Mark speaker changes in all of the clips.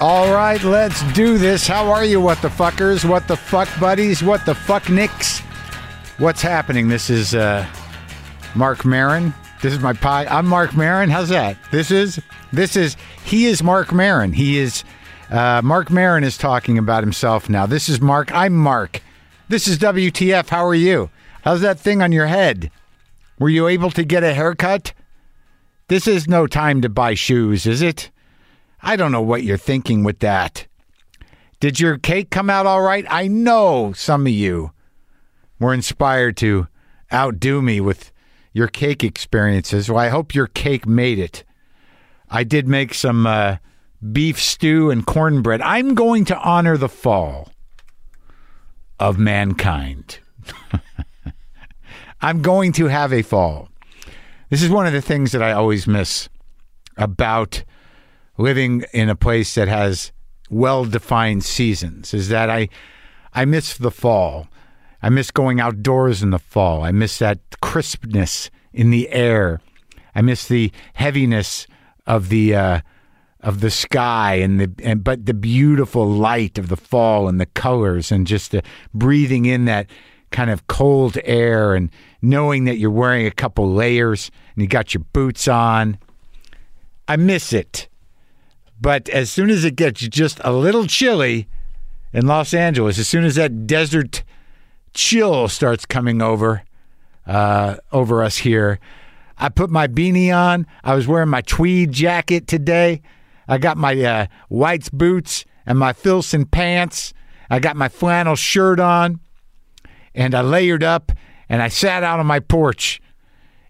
Speaker 1: All right, let's do this. How are you, what the fuckers? What the fuck buddies? What the fuck nicks? What's happening? This is uh, Mark Marin. This is my pod. I'm Mark Marin. How's that? This is this is he is Mark Marin. He is uh, Mark Marin is talking about himself now. This is Mark. I'm Mark. This is WTF. How are you? How's that thing on your head? Were you able to get a haircut? This is no time to buy shoes, is it? I don't know what you're thinking with that. Did your cake come out all right? I know some of you were inspired to outdo me with your cake experiences. Well, I hope your cake made it. I did make some uh, beef stew and cornbread. I'm going to honor the fall of mankind. I'm going to have a fall. This is one of the things that I always miss about living in a place that has well-defined seasons is that I I miss the fall. I miss going outdoors in the fall. I miss that crispness in the air. I miss the heaviness of the uh, of the sky and the and but the beautiful light of the fall and the colors and just the breathing in that kind of cold air and knowing that you're wearing a couple layers and you got your boots on. I miss it. But as soon as it gets just a little chilly in Los Angeles, as soon as that desert chill starts coming over uh, over us here, I put my beanie on. I was wearing my tweed jacket today. I got my uh, White's boots and my Filson pants. I got my flannel shirt on, and I layered up, and I sat out on my porch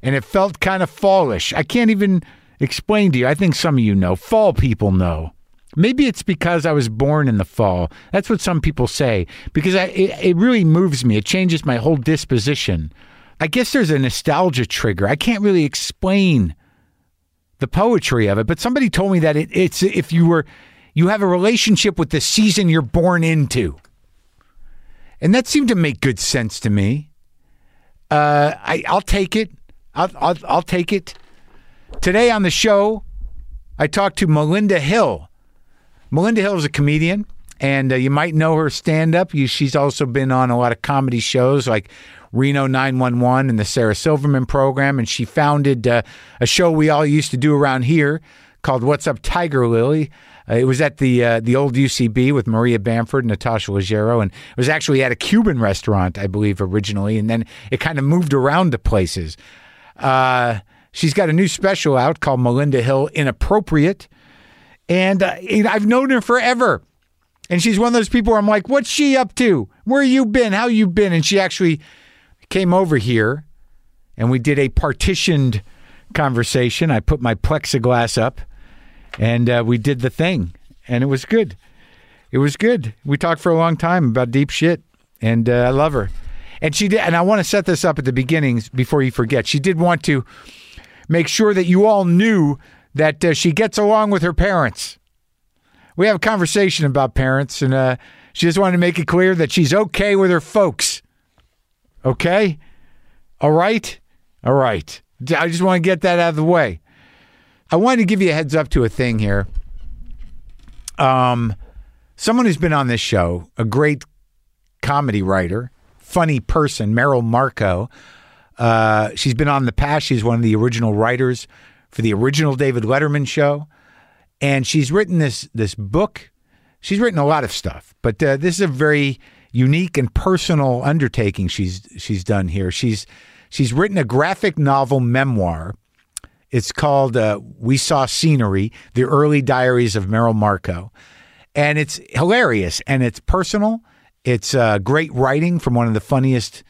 Speaker 1: and it felt kind of fallish. I can't even explain to you. I think some of you know. Fall people know. Maybe it's because I was born in the fall. That's what some people say because I, it, it really moves me. It changes my whole disposition. I guess there's a nostalgia trigger. I can't really explain the poetry of it, but somebody told me that it, it's if you were you have a relationship with the season you're born into. And that seemed to make good sense to me. Uh, I, I'll take it. I'll, I'll, I'll take it. Today on the show, I talked to Melinda Hill. Melinda Hill is a comedian, and uh, you might know her stand up. She's also been on a lot of comedy shows like Reno 911 and the Sarah Silverman program. And she founded uh, a show we all used to do around here called What's Up Tiger Lily. Uh, it was at the uh, the old UCB with Maria Bamford and Natasha Leggero, and it was actually at a Cuban restaurant, I believe, originally, and then it kind of moved around to places. Uh, she's got a new special out called Melinda Hill Inappropriate. And uh, you know, I've known her forever. And she's one of those people where I'm like, what's she up to? Where you been? How you been? And she actually came over here and we did a partitioned conversation. I put my plexiglass up and uh, we did the thing. And it was good. It was good. We talked for a long time about deep shit, and uh, I love her. And she did. And I want to set this up at the beginnings before you forget. She did want to make sure that you all knew that uh, she gets along with her parents. We have a conversation about parents, and uh, she just wanted to make it clear that she's okay with her folks. Okay, all right, all right. I just want to get that out of the way. I wanted to give you a heads up to a thing here. Um, someone who's been on this show, a great comedy writer, funny person, Meryl Marco. Uh, she's been on the past. She's one of the original writers for the original David Letterman show, and she's written this this book. She's written a lot of stuff, but uh, this is a very unique and personal undertaking she's she's done here. She's she's written a graphic novel memoir it's called uh, "We Saw Scenery: The Early Diaries of Meryl Marco," and it's hilarious and it's personal. It's uh, great writing from one of the funniest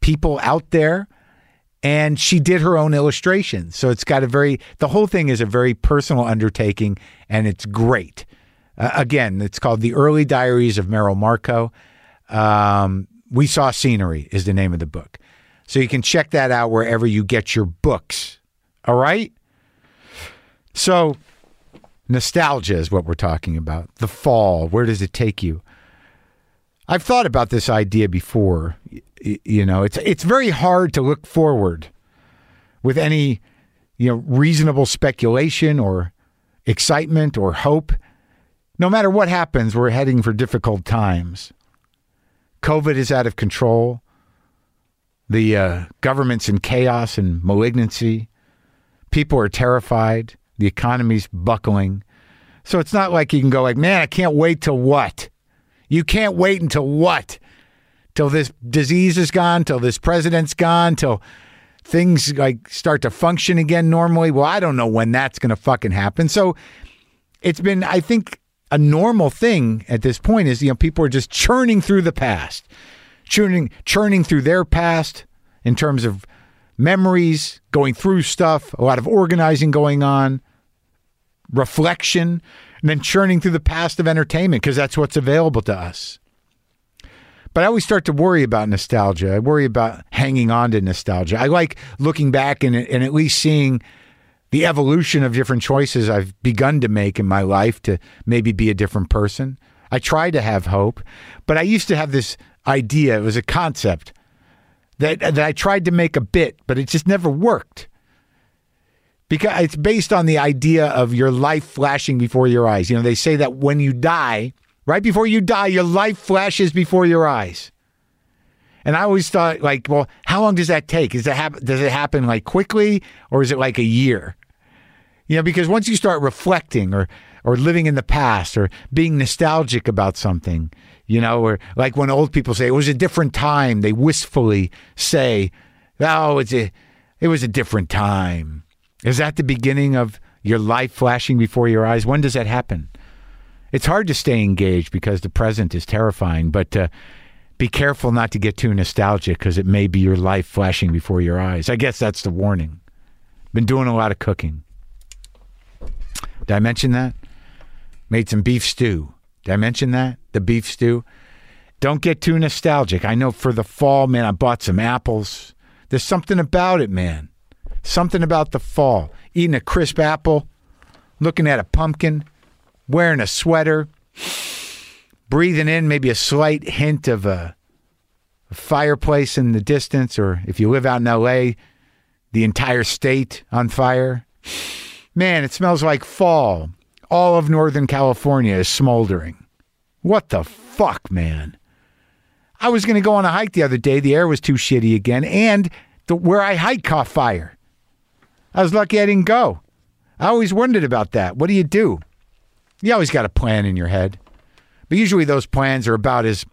Speaker 1: people out there, and she did her own illustrations. So it's got a very the whole thing is a very personal undertaking, and it's great. Uh, again, it's called "The Early Diaries of Meryl Marco." Um, we saw scenery is the name of the book, so you can check that out wherever you get your books. All right. So, nostalgia is what we're talking about. The fall. Where does it take you? I've thought about this idea before. Y- y- You know, it's it's very hard to look forward with any you know reasonable speculation or excitement or hope No matter what happens, we're heading for difficult times. COVID is out of control. The uh, government's in chaos and malignancy. People are terrified. The economy's buckling. So it's not like you can go like, man, I can't wait till what? You can't wait until what? Till this disease is gone, till this president's gone, till things like start to function again normally. Well, I don't know when that's going to fucking happen. So it's been, I think, a normal thing at this point is you know people are just churning through the past, churning churning through their past in terms of memories, going through stuff, a lot of organizing going on, reflection, and then churning through the past of entertainment because that's what's available to us. But I always start to worry about nostalgia. I worry about hanging on to nostalgia. I like looking back and, and at least seeing the evolution of different choices I've begun to make in my life to maybe be a different person. I try to have hope, but I used to have this idea, it was a concept that that I tried to make a bit, but it just never worked. Because it's based on the idea of your life flashing before your eyes. You know, they say that when you die, right before you die, your life flashes before your eyes. And I always thought, like, well, how long does that take? Is that hap- does it happen like quickly, or is it like a year? You know, because once you start reflecting or or living in the past or being nostalgic about something, you know, or like when old people say it was a different time, they wistfully say, "Oh, it's a it was a different time." Is that the beginning of your life flashing before your eyes? When does that happen? It's hard to stay engaged because the present is terrifying, but uh, be careful not to get too nostalgic because it may be your life flashing before your eyes. I guess that's the warning. Been doing a lot of cooking. Did I mention that? Made some beef stew. Did I mention that? The beef stew. Don't get too nostalgic. I know for the fall, man, I bought some apples. There's something about it, man. Something about the fall. Eating a crisp apple, looking at a pumpkin, wearing a sweater, breathing in maybe a slight hint of a, a fireplace in the distance, or if you live out in LA, the entire state on fire. Man, it smells like fall. All of Northern California is smoldering. What the fuck, man? I was going to go on a hike the other day. The air was too shitty again, and the, where I hike caught fire. I was lucky I didn't go. I always wondered about that. What do you do? You always got a plan in your head, but usually those plans are about as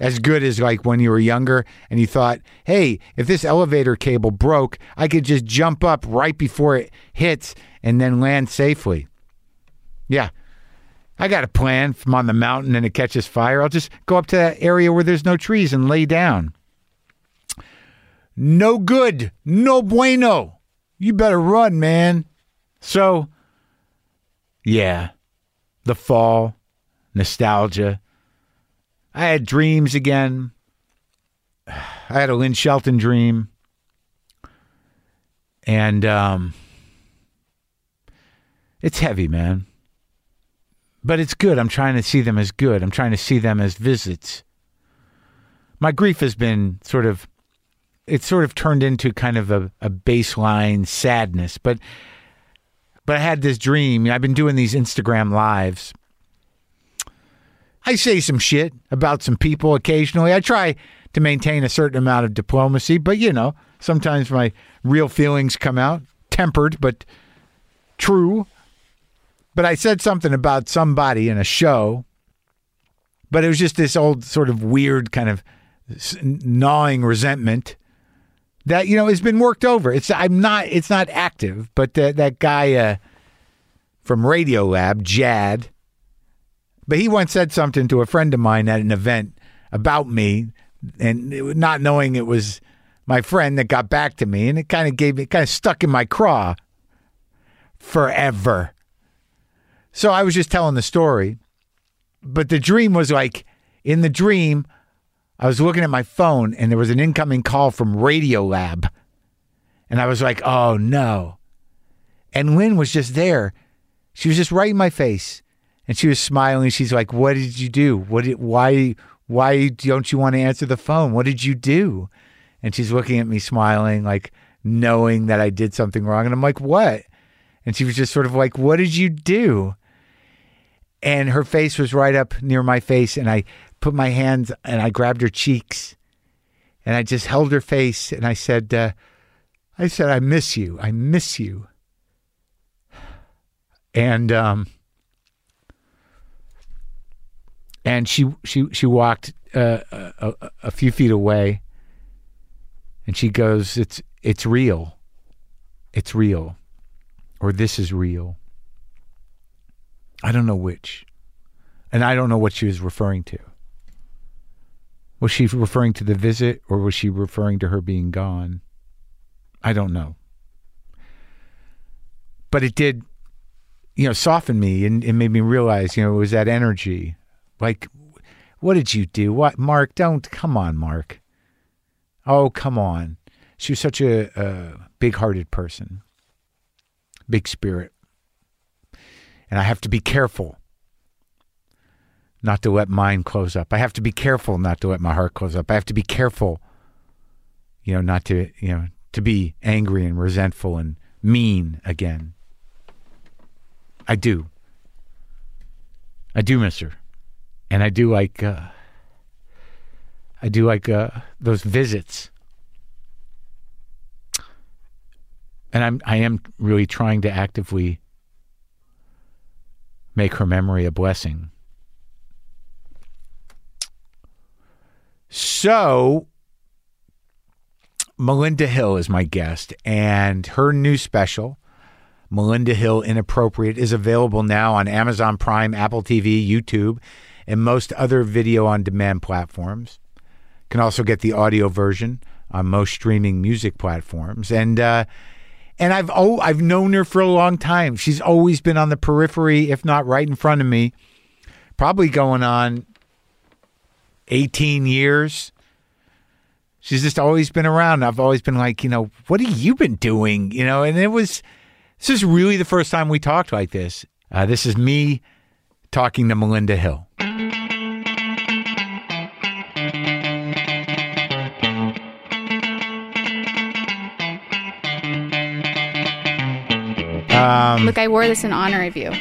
Speaker 1: as good as like when you were younger and you thought, hey, if this elevator cable broke, I could just jump up right before it hits and then land safely. Yeah. I got a plan from on the mountain and it catches fire. I'll just go up to that area where there's no trees and lay down. No good. No bueno. You better run, man. So, yeah, the fall, nostalgia. I had dreams again. I had a Lynn Shelton dream. And um, it's heavy, man. But it's good. I'm trying to see them as good. I'm trying to see them as visits. My grief has been sort of, it's sort of turned into kind of a, a baseline sadness. But, but I had this dream. I've been doing these Instagram lives. I say some shit about some people occasionally. I try to maintain a certain amount of diplomacy, but you know, sometimes my real feelings come out, tempered but true. But I said something about somebody in a show, but it was just this old sort of weird kind of s- gnawing resentment that you know has been worked over. It's I'm not it's not active, but that that guy uh, from Radio Lab, Jad, but he once said something to a friend of mine at an event about me, and it- not knowing it was my friend that got back to me, and it kind of gave me kind of stuck in my craw forever. So I was just telling the story, but the dream was like in the dream, I was looking at my phone and there was an incoming call from Radio Lab, and I was like, oh no. And Lynn was just there. She was just right in my face, and she was smiling. She's like, "What did you do? What? Did, why? Why don't you want to answer the phone? What did you do?" And she's looking at me, smiling, like knowing that I did something wrong. And I'm like, "What?" And she was just sort of like, "What did you do?" and her face was right up near my face and I put my hands and I grabbed her cheeks and I just held her face and I said uh, I said I miss you. I miss you. And um and she she she walked uh, a, a- a few feet away and she goes it's it's real. It's real. Or this is real. I don't know which. And I don't know what she was referring to. Was she referring to the visit or was she referring to her being gone? I don't know. But it did, you know, soften me and it made me realize, you know, it was that energy. Like, what did you do? What, Mark? Don't, come on, Mark. Oh, come on. She was such a, a big hearted person, big spirit and I have to be careful not to let mine close up. I have to be careful not to let my heart close up. I have to be careful, you know, not to, you know, to be angry and resentful and mean again. I do. I do miss her. And I do like, uh, I do like uh, those visits. And I'm, I am really trying to actively make her memory a blessing. So, Melinda Hill is my guest, and her new special, Melinda Hill Inappropriate, is available now on Amazon Prime, Apple TV, YouTube, and most other video on demand platforms. Can also get the audio version on most streaming music platforms. And uh, and I've oh I've known her for a long time. She's always been on the periphery, if not right in front of me. Probably going on 18 years. She's just always been around. I've always been like, you know, what have you been doing? You know, and it was this is really the first time we talked like this. Uh, this is me talking to Melinda Hill.
Speaker 2: Look, I wore this in honor of you.
Speaker 1: Um,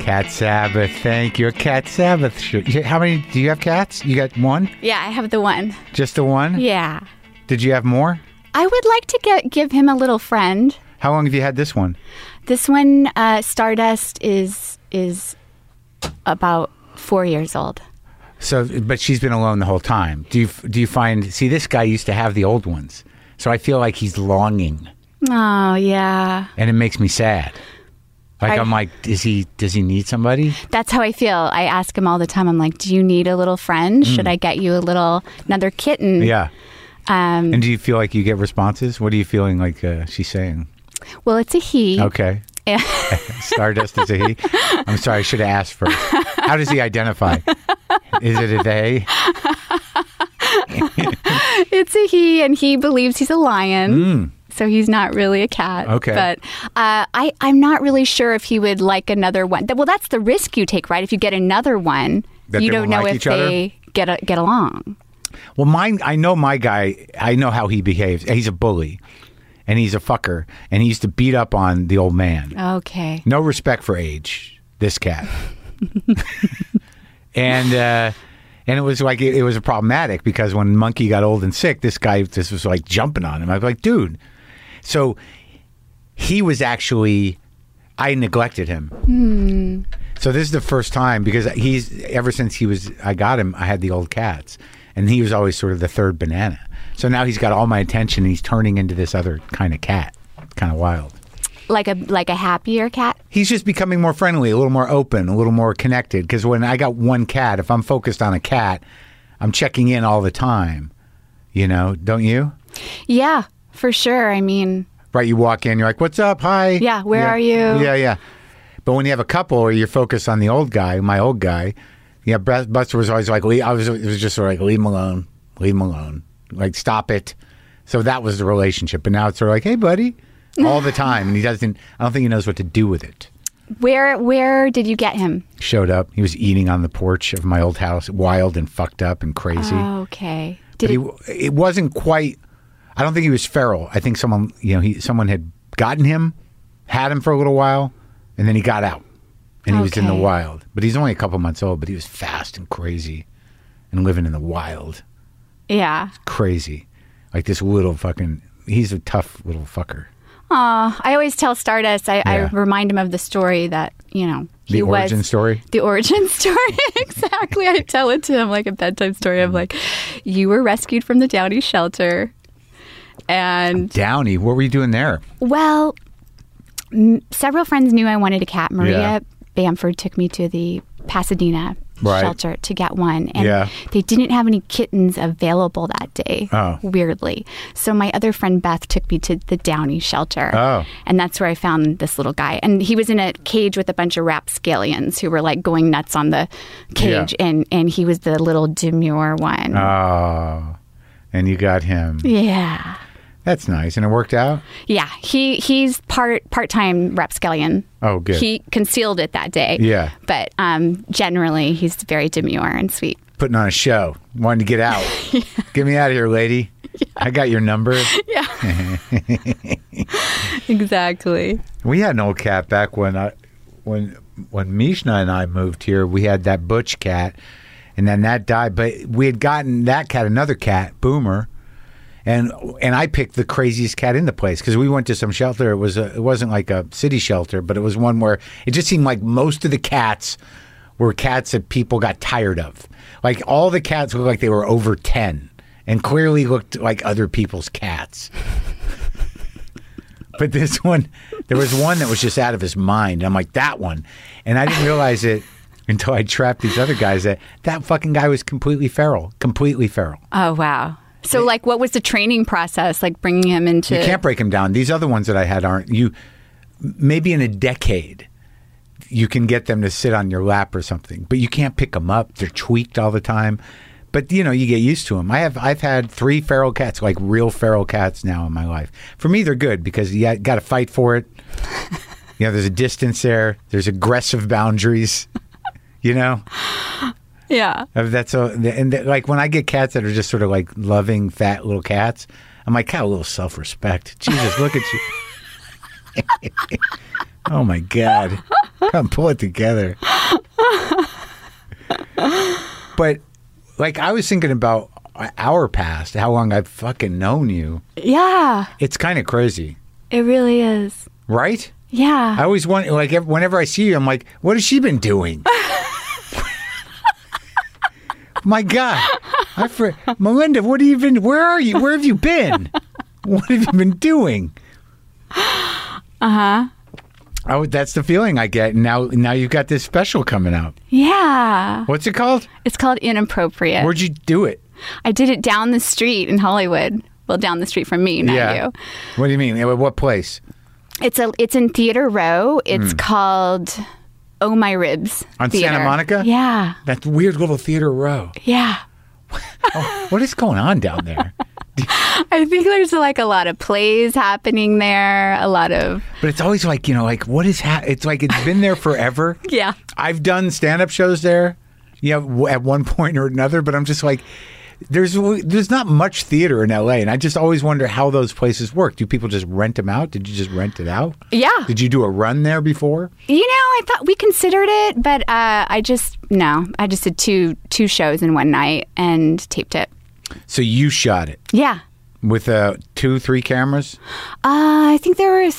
Speaker 1: Cat Sabbath, thank you. A Cat Sabbath shirt. You- How many do you have cats? You got one?
Speaker 2: Yeah, I have the one.
Speaker 1: Just the one?
Speaker 2: Yeah.
Speaker 1: Did you have more?
Speaker 2: I would like to get, give him a little friend.
Speaker 1: How long have you had this one?
Speaker 2: This one, uh, Stardust, is is about four years old.
Speaker 1: So, but she's been alone the whole time. Do you do you find? See, this guy used to have the old ones, so I feel like he's longing,
Speaker 2: Oh yeah,
Speaker 1: and it makes me sad. Like I,
Speaker 2: I-
Speaker 1: am like, is he? Does he need somebody?
Speaker 2: that's how I feel. I ask him all the time. I'm like, "Do you need a little friend? Should I get you a little another kitten?"
Speaker 1: Mm. Yeah.
Speaker 2: Um,
Speaker 1: And do you feel like you get responses? What are you feeling like uh, she's saying?
Speaker 2: well, it's a he.
Speaker 1: Okay.
Speaker 2: Mm. Yeah.
Speaker 1: Stardust is a he. I'm sorry, I should have asked first. How does he identify? Is it a they?
Speaker 2: It's a he, and he believes he's a lion. So he's not really a cat.
Speaker 1: Hmm. Okay.
Speaker 2: But uh, I, I'm not really sure if he would like another one. Th- Well, that's the risk you take, right? If you get another one,
Speaker 1: That
Speaker 2: you
Speaker 1: they
Speaker 2: don't
Speaker 1: won't
Speaker 2: know
Speaker 1: like
Speaker 2: if
Speaker 1: each other?
Speaker 2: they get a, get along.
Speaker 1: Well, mine, I know my guy. I know how he behaves. He's a bully, and he's a fucker, and he used to beat up on the old man.
Speaker 2: Okay.
Speaker 1: no respect for age this cat and uh and it was like it, it was problematic because when monkey got old and sick this guy this was like jumping on him i was like dude so he was actually i neglected him so this is the first time because he's ever since he was i got him i had the old cats and he was always sort of the third banana so now he's got all my attention and he's turning into this other kind of cat kind of wild
Speaker 2: Like a like a happier cat.
Speaker 1: he's just becoming more friendly, a little more open, a little more connected. Because when I got one cat, if I'm focused on a cat, I'm checking in all the time. You know, don't you?
Speaker 2: Yeah, for sure. I mean,
Speaker 1: Right? You walk in, you're like, "What's up? Hi."
Speaker 2: Yeah, where are you?
Speaker 1: Yeah, yeah. But when you have a couple, or you're focused on the old guy, my old guy. Yeah, Bus- Buster was always like, "Leave." I was, it was just sort of like, "Leave him alone, leave him alone, like stop it." So that was the relationship. But now it's sort of like, "Hey, buddy," all the time, and he doesn't. I don't think he knows what to do with it.
Speaker 2: where where did you get him?
Speaker 1: showed up. He was eating on the porch of my old house, wild and fucked up and crazy.
Speaker 2: Okay.
Speaker 1: Hmm. but
Speaker 2: Oh, Did
Speaker 1: he,
Speaker 2: it,
Speaker 1: it wasn't quite. I don't think he was feral. I think someone, you know, he someone had gotten him, had him for a little while, and then he got out. and he was in the
Speaker 2: Okay.
Speaker 1: wild. But he's only a couple months old, but he was fast and crazy and living in the wild.
Speaker 2: Yeah.
Speaker 1: Crazy. Like this little fucking, he's a tough little fucker.
Speaker 2: Aw, I always tell Stardust, I,
Speaker 1: Yeah.
Speaker 2: I remind him of the story that, you know, he
Speaker 1: The origin
Speaker 2: was,
Speaker 1: story?
Speaker 2: The origin story, exactly. I tell it to him like a bedtime story. I'm like, you were rescued from the Downey shelter. And
Speaker 1: Downey, what were you doing there?
Speaker 2: Well, m- several friends knew I wanted a cat. Maria
Speaker 1: Yeah.
Speaker 2: Bamford took me to the Pasadena
Speaker 1: Right.
Speaker 2: shelter to get one, and
Speaker 1: Yeah.
Speaker 2: they didn't have any kittens available that day.
Speaker 1: Oh.
Speaker 2: Weirdly, so my other friend Beth took me to the Downey shelter,
Speaker 1: Oh.
Speaker 2: and that's where I found this little guy, and he was in a cage with a bunch of rapscallions who were like going nuts on the
Speaker 1: Yeah.
Speaker 2: cage, and and he was the little demure one.
Speaker 1: Oh, and you got him.
Speaker 2: yeah.
Speaker 1: That's nice. And it worked out?
Speaker 2: Yeah, he he's part part time rapscallion.
Speaker 1: Oh, good.
Speaker 2: He concealed it that day.
Speaker 1: Yeah.
Speaker 2: but um, generally he's very demure and sweet.
Speaker 1: Putting on a show, wanting to get out. Get me out of here, lady. I got your number.
Speaker 2: Exactly.
Speaker 1: We had an old cat back when I, when when Mishna and I moved here. We had that Butch cat, and then that died. But we had gotten that cat another cat, Boomer, and and I picked the craziest cat in the place because we went to some shelter. It was a, it wasn't like a city shelter, but it was one where it just seemed like most of the cats were cats that people got tired of. Like all the cats looked like they were over ten, and clearly looked like other people's cats. But this one, there was one that was just out of his mind. I'm like, that one. And I didn't realize it until I trapped these other guys that that fucking guy was completely feral. Completely feral.
Speaker 2: Oh wow. So like, what was the training process like? Bringing him into
Speaker 1: You can't break him down. These other ones that I had aren't. You maybe in a decade you can get them to sit on your lap or something, but you can't pick them up. They're tweaked all the time. But you know, you get used to them. I have I've had three feral cats, like real feral cats, now in my life. For me, they're good because you got to fight for it. you know, there's a distance there. There's aggressive boundaries. You know,
Speaker 2: yeah.
Speaker 1: Uh, That's a and that, like when I get cats that are just sort of like loving fat little cats, I'm like, have a little self respect. Jesus, look at you. oh my God, come pull it together. but like I was thinking about our past, how long I've fucking known you.
Speaker 2: Yeah.
Speaker 1: It's kind of crazy,
Speaker 2: It really is.
Speaker 1: right? I
Speaker 2: Yeah.
Speaker 1: always want like ev- whenever I see you, I'm like, what has she been doing? My God, I fr- Melinda, what have you been? Where are you? Where have you been? What have you been doing?
Speaker 2: Uh-huh.
Speaker 1: Uh huh. Oh, that's the feeling I get. Now, now you've got this special coming out.
Speaker 2: yeah.
Speaker 1: What's it called?
Speaker 2: It's called inappropriate.
Speaker 1: Where'd you do it?
Speaker 2: I did it down the street in Hollywood. Well, down the street from me, not you.
Speaker 1: What do you mean? At What place?
Speaker 2: It's a it's in Theater Row. It's called Oh My Ribs
Speaker 1: Hmm. On Santa
Speaker 2: Theater.
Speaker 1: Monica?
Speaker 2: Yeah,
Speaker 1: That weird little theater row.
Speaker 2: yeah.
Speaker 1: What is going on down there?
Speaker 2: I think there's like a lot of plays happening there. A lot of
Speaker 1: But it's always like, you know, like what is ha- it's like it's been there forever.
Speaker 2: Yeah.
Speaker 1: I've done stand-up shows there, you know, w- at one point or another, but I'm just like there's w- there's not much theater in LA and I just always wonder how those places work. Do people just rent them out? Did you just rent it out?
Speaker 2: Yeah.
Speaker 1: Did you do a run there before?
Speaker 2: You know, I thought we considered it, but uh, I just no. I just did two two shows in one night and taped it.
Speaker 1: So you shot it
Speaker 2: Yeah,
Speaker 1: with uh, two, three cameras.
Speaker 2: uh, I think there were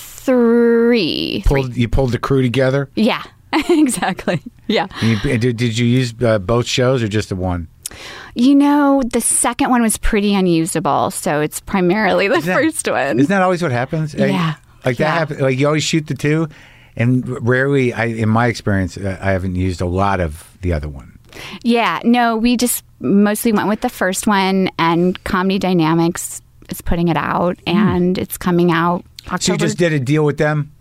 Speaker 2: three.
Speaker 1: Pulled you pulled the crew together.
Speaker 2: Yeah, exactly. Yeah.
Speaker 1: And you, did, did you use uh, both shows or just the one?
Speaker 2: You know, the second one was pretty unusable, so it's primarily the
Speaker 1: that-
Speaker 2: first one.
Speaker 1: Isn't that always what happens? Like-
Speaker 2: Yeah.
Speaker 1: Like that
Speaker 2: Yeah.
Speaker 1: happens. Like you always shoot the two, and r- rarely, I, in my experience, uh, I haven't used a lot of the other one.
Speaker 2: Yeah, no, we just mostly went with the first one, and Comedy Dynamics is putting it out, and it's coming out October.
Speaker 1: Hmm. So you just did a deal with them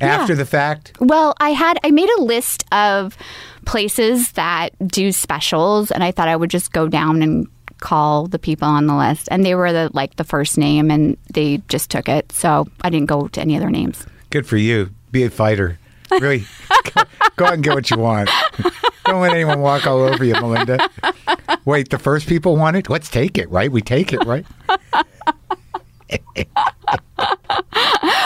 Speaker 1: after the fact.
Speaker 2: well, I had I made a list of places that do specials, and I thought I would just go down and call the people on the list, and they were the like the first name, and they just took it, so I didn't go to any other names.
Speaker 1: Good for you. Be a fighter. Really, go, go out and get what you want. Don't let anyone walk all over you, Melinda. Wait, the first people want it. Let's take it, right? We take it, right?
Speaker 2: Well,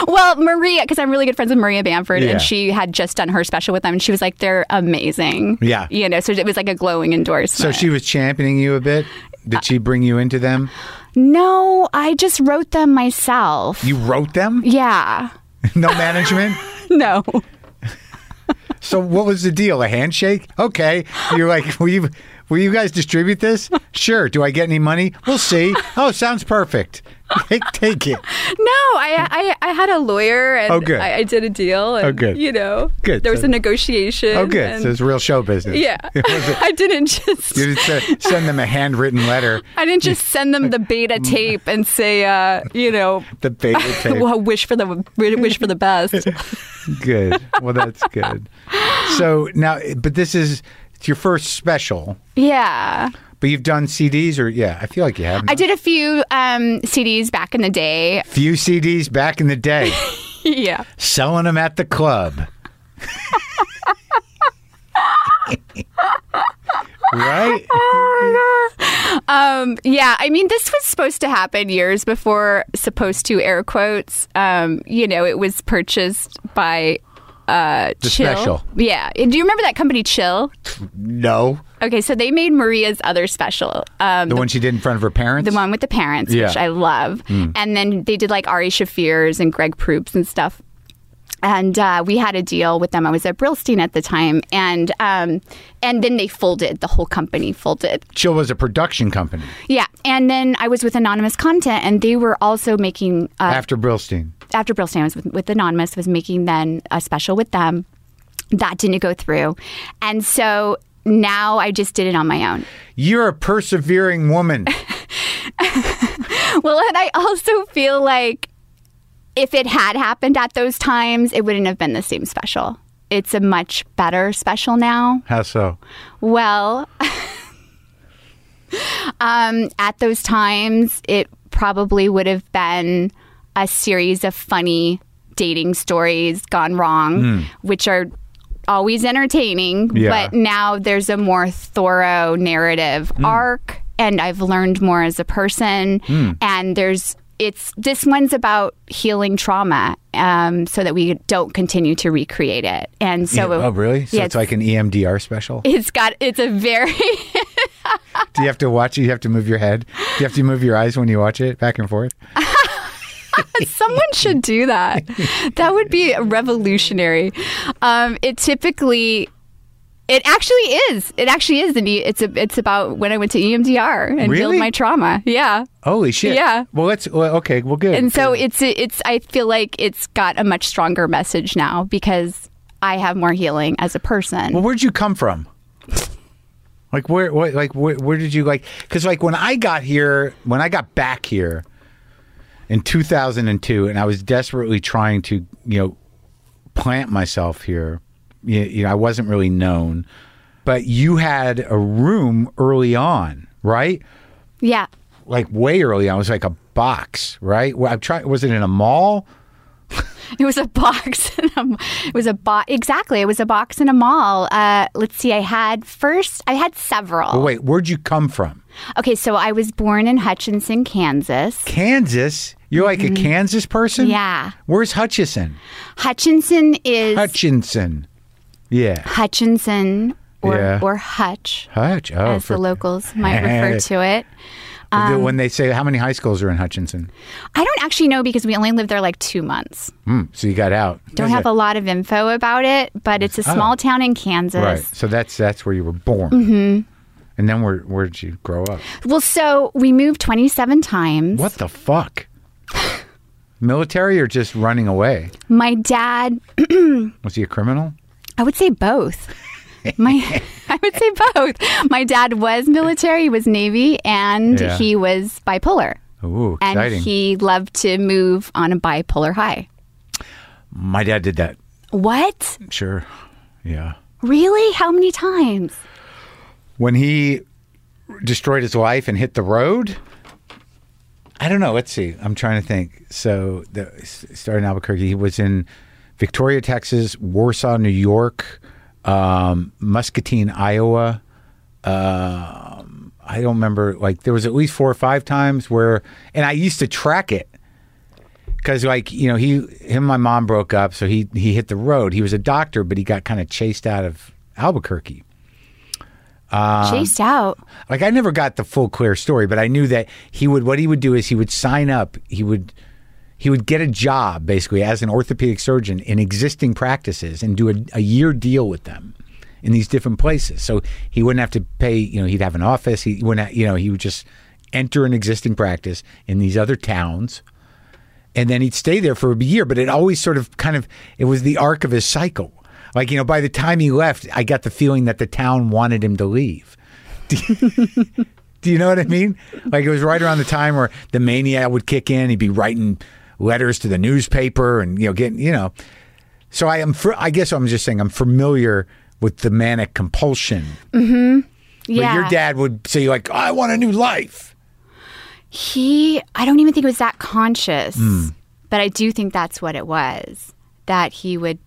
Speaker 2: Well, Maria, because I'm really good friends with Maria Bamford,
Speaker 1: Yeah.
Speaker 2: and she had just done her special with them, and she was like, "They're amazing."
Speaker 1: Yeah.
Speaker 2: you know, so it was like a glowing
Speaker 1: So
Speaker 2: endorsement.
Speaker 1: she was championing you a bit. Did she bring you into them?
Speaker 2: no, I just wrote them myself.
Speaker 1: You wrote them?
Speaker 2: yeah,
Speaker 1: No management?
Speaker 2: no,
Speaker 1: So what was the deal? A handshake? Okay. You're like, will you, will you guys distribute this? Sure. Do I get any money? We'll see. Oh, sounds perfect. Take, take it.
Speaker 2: no. I, I I had a lawyer, and
Speaker 1: Oh, good.
Speaker 2: I, I did a deal. And,
Speaker 1: Oh, good.
Speaker 2: You know,
Speaker 1: Good.
Speaker 2: There was
Speaker 1: So-
Speaker 2: a negotiation.
Speaker 1: Oh, good.
Speaker 2: and-
Speaker 1: So it's real show business.
Speaker 2: yeah, I didn't just.
Speaker 1: You just uh, send them a handwritten letter.
Speaker 2: I didn't just send them the beta tape and say, uh, you know,
Speaker 1: The beta tape.
Speaker 2: well, wish for the wish for the best.
Speaker 1: good. Well, that's good. So now, but this is it's your first special,
Speaker 2: Yeah.
Speaker 1: but you've done CDs or yeah, I feel like you have.
Speaker 2: I did a few um, CDs back in the day.
Speaker 1: Few CDs back in the day,
Speaker 2: yeah.
Speaker 1: selling them at the club. right?
Speaker 2: Um, yeah. I mean, this was supposed to happen years before, supposed to, air quotes. Um, you know, it was purchased by uh,
Speaker 1: The
Speaker 2: Chill.
Speaker 1: special.
Speaker 2: Yeah. Do you remember that company, Chill?
Speaker 1: No,
Speaker 2: Okay. So they made Maria's other special. Um,
Speaker 1: the, one she did in front of her parents.
Speaker 2: the one with the parents,
Speaker 1: Yeah. Hmm.
Speaker 2: which I love. And then they did like Ari Shafir's and Greg Proops and stuff. And uh, we had a deal with them. I was at Brilstein at the time, and um, and then they folded. The whole company folded.
Speaker 1: Chill was a production company
Speaker 2: Yeah, and then I was with Anonymous Content, and they were also making uh,
Speaker 1: after Brilstein.
Speaker 2: after Brilstein I was with, with Anonymous was making then a special with them. That didn't go through, and so now I just did it on my own.
Speaker 1: You're a persevering woman.
Speaker 2: Well, and I also feel like if it had happened at those times, it wouldn't have been the same special. It's a much better special now.
Speaker 1: How so?
Speaker 2: Well, um, at those times, it probably would have been a series of funny dating stories gone wrong, which are always entertaining.
Speaker 1: Hmm. Yeah.
Speaker 2: But now there's a more thorough narrative
Speaker 1: Hmm.
Speaker 2: arc, and I've learned more as a person.
Speaker 1: Hmm.
Speaker 2: And there's it's this one's about healing trauma. Um, so that we don't continue to recreate it, and so
Speaker 1: oh, really? So
Speaker 2: yeah,
Speaker 1: it's like an E EMDR special.
Speaker 2: it's got it's a very
Speaker 1: Do you have to watch it? You have to move your head. Do you have to move your eyes when you watch it back and forth?
Speaker 2: someone should do that that would be revolutionary um it typically it actually is it actually is and it's a, it's about when i went to E emdr and
Speaker 1: Really?
Speaker 2: healed my trauma yeah
Speaker 1: Holy shit!
Speaker 2: Yeah.
Speaker 1: Well, let's. Well, okay. Well, good.
Speaker 2: and so it's it's i feel like it's got a much stronger message now because i have more healing as a person
Speaker 1: well, where'd you come from? Like where? What? Like where? Where did you like? Because like when I got here, when I got back here in 2002, and I was desperately trying to, you know, plant myself here. You, you know, I wasn't really known, but you had a room early on, right?
Speaker 2: yeah
Speaker 1: like way early on. It was like a box, right? Well, I'm trying. Was it in a mall?
Speaker 2: It was a box. In a, it was a box. Exactly. It was a box in a mall. Uh, let's see. I had first. I had
Speaker 1: Oh,
Speaker 2: several.
Speaker 1: wait, where'd you come from?
Speaker 2: Okay, so I was born in Hutchinson, Kansas.
Speaker 1: Kansas. You're like a Kansas person.
Speaker 2: Mm-hmm. Yeah.
Speaker 1: Where's Hutchison?
Speaker 2: Hutchinson is
Speaker 1: Hutchinson. Yeah.
Speaker 2: Hutchinson or
Speaker 1: Yeah.
Speaker 2: or Hutch,
Speaker 1: Hutch. Oh,
Speaker 2: as the locals might refer to it. um,
Speaker 1: the- when they say how many high schools are in Hutchinson,
Speaker 2: I don't actually know because we only lived there like two months.
Speaker 1: Hmm, so you got out.
Speaker 2: Don't have a lot of info about it, but it's a small town in Kansas.
Speaker 1: Oh. right. So that's that's where you were born.
Speaker 2: Mm-hmm.
Speaker 1: And then where where did you grow up?
Speaker 2: Well, so we moved 27 times.
Speaker 1: What the fuck? Military or just running away?
Speaker 2: My dad
Speaker 1: Was he a criminal?
Speaker 2: I would say both. My, I would say both. My dad was military, he was Navy, and
Speaker 1: Yeah.
Speaker 2: he was bipolar.
Speaker 1: Ooh,
Speaker 2: And
Speaker 1: exciting.
Speaker 2: he loved to move on a bipolar high.
Speaker 1: My dad did that.
Speaker 2: What?
Speaker 1: Sure. Yeah.
Speaker 2: Really? How many times?
Speaker 1: When he destroyed his life and hit the road, I don't know. Let's see. I'm trying to think. So, the, started in Albuquerque. He was in Victoria, Texas, Warsaw, New York, um, Muscatine, Iowa. Um, I don't remember. Like, there was at least four or five times where, and I used to track it because like you know he him and my mom broke up, so he he hit the road. He was a doctor, but he got kind of chased out of Albuquerque. Um,
Speaker 2: Chased out.
Speaker 1: Like I never got the full clear story, but I knew that he would. What he would do is he would sign up. He would he would get a job basically as an orthopedic surgeon in existing practices and do a, a year deal with them in these different places. So he wouldn't have to pay. You know, he'd have an office. He wouldn't. ha- You know, he would just enter an existing practice in these other towns. and then he'd stay there for a year. But it always sort of kind of it was the arc of his cycle. Like you know, by the time he left, I got the feeling that the town wanted him to leave. Do you- Do you know what I mean? Like it was right around the time where the mania would kick in. He'd be writing letters to the newspaper and you know getting you know. So I am. fr- I guess I'm just saying I'm familiar with the manic compulsion.
Speaker 2: Yeah.
Speaker 1: But your dad would say like, "I want a new life."
Speaker 2: He, I don't even think it was that conscious,
Speaker 1: Hmm.
Speaker 2: but I do think that's what it was that he would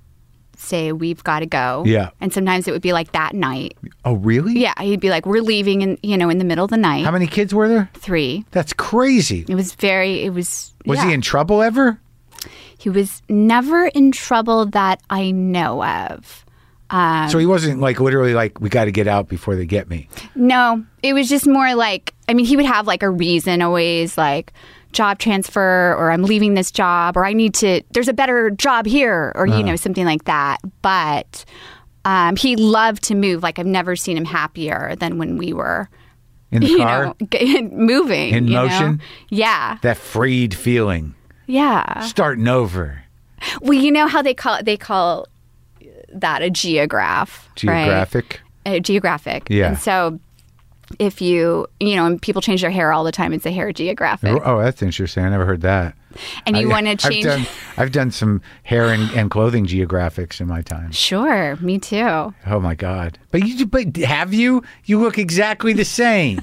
Speaker 2: say, We've got to go.
Speaker 1: Yeah.
Speaker 2: And sometimes it would be like that night.
Speaker 1: Oh, really?
Speaker 2: Yeah. He'd be like, We're leaving in, you know, in the middle of the night.
Speaker 1: How many kids were there?
Speaker 2: Three.
Speaker 1: That's crazy.
Speaker 2: It was very, it was,
Speaker 1: Was
Speaker 2: yeah.
Speaker 1: he in trouble ever?
Speaker 2: He was never in trouble that I know of. Um,
Speaker 1: So he wasn't like literally like we got to get out before they get me.
Speaker 2: No, it was just more like I mean, he would have like a reason always, like job transfer, or I'm leaving this job, or I need to. There's a better job here, or
Speaker 1: Uh-huh.
Speaker 2: you know something like that. But um, he loved to move. Like I've never seen him happier than when we were,
Speaker 1: In the
Speaker 2: you
Speaker 1: car,
Speaker 2: know, g- moving
Speaker 1: In
Speaker 2: you know?
Speaker 1: motion?
Speaker 2: Yeah,
Speaker 1: that freed feeling,
Speaker 2: yeah.
Speaker 1: starting over.
Speaker 2: Well, you know how they call it, they call that a geograph, right?
Speaker 1: Geographic.
Speaker 2: uh, geographic.
Speaker 1: Yeah.
Speaker 2: And so if you, you know, and people change their hair all the time and say hair geographic.
Speaker 1: Oh, that's interesting. I never heard that.
Speaker 2: And you
Speaker 1: I-
Speaker 2: want to change.
Speaker 1: I've done, I've done some hair and, and clothing geographics in my time.
Speaker 2: Sure, me too.
Speaker 1: Oh my god! But you, but have you? You look exactly the same.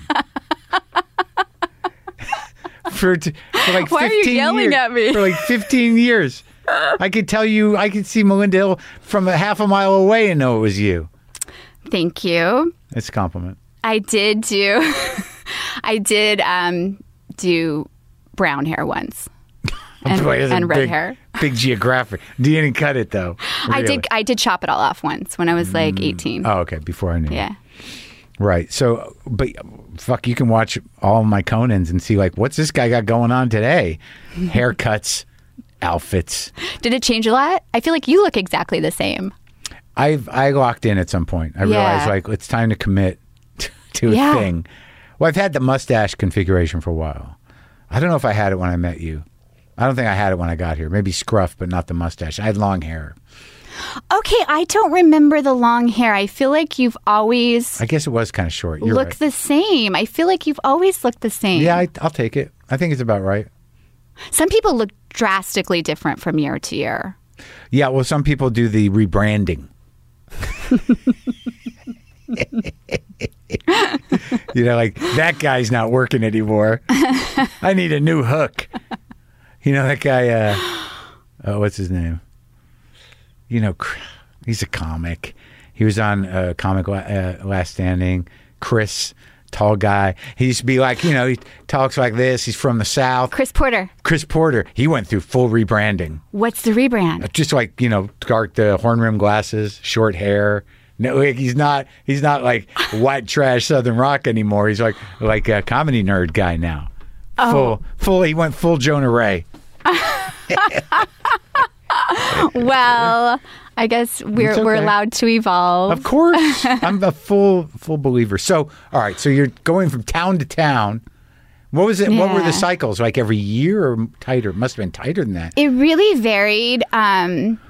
Speaker 1: for, t- for like
Speaker 2: Why are you
Speaker 1: 15
Speaker 2: yelling
Speaker 1: years-
Speaker 2: at me?
Speaker 1: For like fifteen years, I could tell you. I could see Melinda Hill from a half a mile away and know it was you.
Speaker 2: Thank you.
Speaker 1: It's a compliment.
Speaker 2: I did do, I did um, do brown hair once. And-
Speaker 1: Boy, that's a
Speaker 2: and red
Speaker 1: big-
Speaker 2: hair.
Speaker 1: Big geographic. You didn't cut it though.
Speaker 2: I
Speaker 1: Really.
Speaker 2: did I did chop it all off once when I was like 18.
Speaker 1: Oh, okay. Before I knew.
Speaker 2: Yeah.
Speaker 1: Right. So, but fuck, you can watch all my Conans and see like, what's this guy got going on today? Haircuts, outfits.
Speaker 2: Did it change a lot? I feel like you look exactly the same.
Speaker 1: I've I locked in at some point. I realized
Speaker 2: Yeah.
Speaker 1: like it's time to commit to a
Speaker 2: Yeah.
Speaker 1: thing. Well, I've had the mustache configuration for a while. I don't know if I had it when I met you. I don't think I had it when I got here. Maybe scruff, but not the mustache. I had long hair.
Speaker 2: Okay, I don't remember the long hair. I feel like you've always
Speaker 1: I guess it was kind of short. You're
Speaker 2: looked
Speaker 1: right.
Speaker 2: the same. I feel like you've always looked the same.
Speaker 1: Yeah, I, I'll take it. I think it's about right.
Speaker 2: Some people look drastically different from year to year.
Speaker 1: Yeah, well, some people do the rebranding. you know, like that guy's not working anymore. I need a new hook. You know that guy. Uh, oh, what's his name? You know, cr- he's a comic. He was on uh, comic La- uh, Last Standing. Chris, tall guy. He used to be like, you know, he talks like this. He's from the South.
Speaker 2: Chris Porter,
Speaker 1: Chris Porter. He went through full rebranding
Speaker 2: what's the rebrand?
Speaker 1: just like you know, dark the horn rim glasses, short hair. No, like he's not he's not like white trash Southern rock anymore. He's like like a comedy nerd guy now.
Speaker 2: Oh.
Speaker 1: Full full. He went full Jonah Ray.
Speaker 2: well, I guess we're
Speaker 1: It's
Speaker 2: we're
Speaker 1: okay.
Speaker 2: allowed to evolve.
Speaker 1: Of course, I'm a full full believer. So all right, so you're going from town to town. What was it? What were
Speaker 2: Yeah.
Speaker 1: the cycles like every year or tighter? It must have been tighter than that.
Speaker 2: It really varied. Um,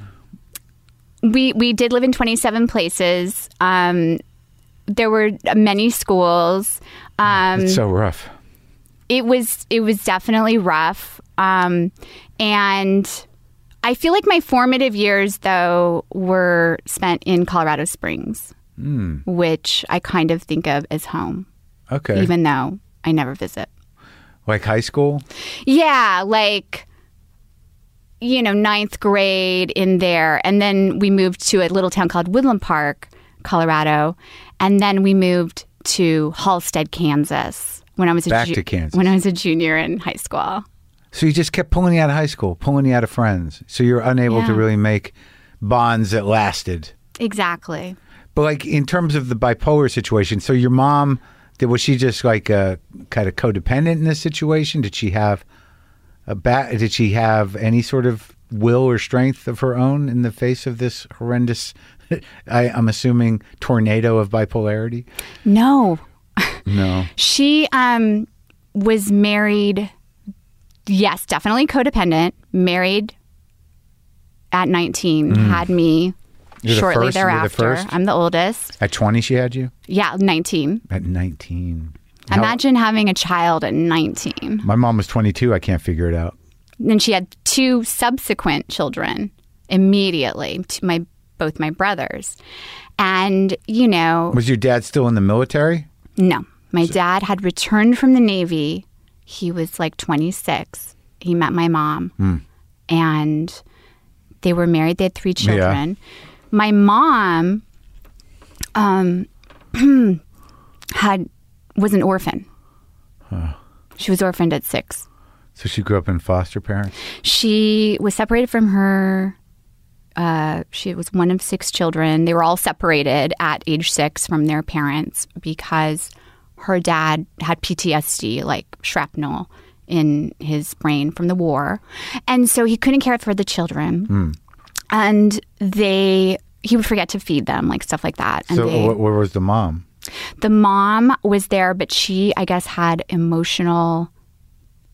Speaker 2: we we did live in 27 places. Um, there were many schools. Um,
Speaker 1: It's so rough.
Speaker 2: it was it was definitely rough um, and i feel like my formative years though were spent in colorado springs
Speaker 1: Hmm.
Speaker 2: which i kind of think of as home
Speaker 1: Okay,
Speaker 2: even though i never visit
Speaker 1: like high school.
Speaker 2: yeah like you know ninth grade in there and then we moved to a little town called woodland park colorado and then we moved to halstead kansas when i was a
Speaker 1: Back
Speaker 2: ju-
Speaker 1: to Kansas.
Speaker 2: when i was a junior in high school
Speaker 1: So you just kept pulling you out of high school, pulling you out of friends. So you're unable to
Speaker 2: Yeah.
Speaker 1: really make bonds that lasted.
Speaker 2: Exactly.
Speaker 1: But like in terms of the bipolar situation, so your mom did was she just like a kind of codependent in this situation? Did she have a bat? Did she have any sort of will or strength of her own in the face of this horrendous? I, I'm assuming tornado of bipolarity.
Speaker 2: No.
Speaker 1: No,
Speaker 2: She um was married yes, definitely codependent, married at 19, had me
Speaker 1: Mm. You're the
Speaker 2: shortly
Speaker 1: first? You're the
Speaker 2: thereafter.
Speaker 1: first?
Speaker 2: I'm the oldest.
Speaker 1: at 20 she had you.
Speaker 2: Yeah, 19.
Speaker 1: At 19, How-
Speaker 2: Imagine having a child at 19.
Speaker 1: my mom was 22. I can't figure it out.
Speaker 2: Then she had two subsequent children immediately to my both my brothers. And, you know,
Speaker 1: Was your dad still in the military?
Speaker 2: No. My dad had returned from the Navy. He was like 26. He met my mom. And they were married. They had three children. My mom um, had was an orphan. She was orphaned at six.
Speaker 1: So she grew up in foster parents.
Speaker 2: She was separated from her. Uh, she was one of six children. They were all separated at age six from their parents because her dad had PTSD, like shrapnel in his brain from the war. And so he couldn't care for the children. And they, he would forget to feed them, like stuff like that. And
Speaker 1: So
Speaker 2: they,
Speaker 1: wh- where was the mom?
Speaker 2: the mom was there, but she, I guess, had emotional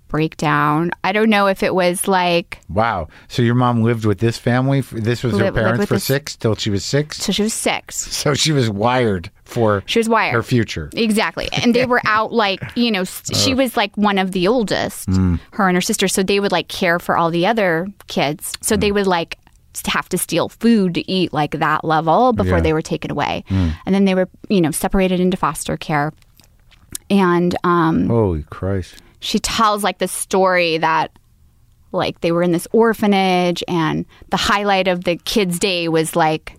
Speaker 2: breakdown. I don't know if it was like
Speaker 1: Wow. So your mom lived with this family. f- This was
Speaker 2: Li-
Speaker 1: her
Speaker 2: lived
Speaker 1: parents
Speaker 2: with
Speaker 1: for
Speaker 2: this-
Speaker 1: six till she was six.
Speaker 2: So she was six.
Speaker 1: So she was wired for
Speaker 2: She was wired.
Speaker 1: her future.
Speaker 2: Exactly. And they were out like, you know, s she was like one of the oldest,
Speaker 1: Hmm.
Speaker 2: her and her sister. So they would like care for all the other kids. So
Speaker 1: Hmm.
Speaker 2: they would like s- have to steal food to eat like that level before
Speaker 1: Yeah. Hmm.
Speaker 2: they were taken away. And then they were, you know, separated into foster care. And um,
Speaker 1: Holy Christ.
Speaker 2: she tells like the story that like they were in this orphanage and the highlight of the kids day was like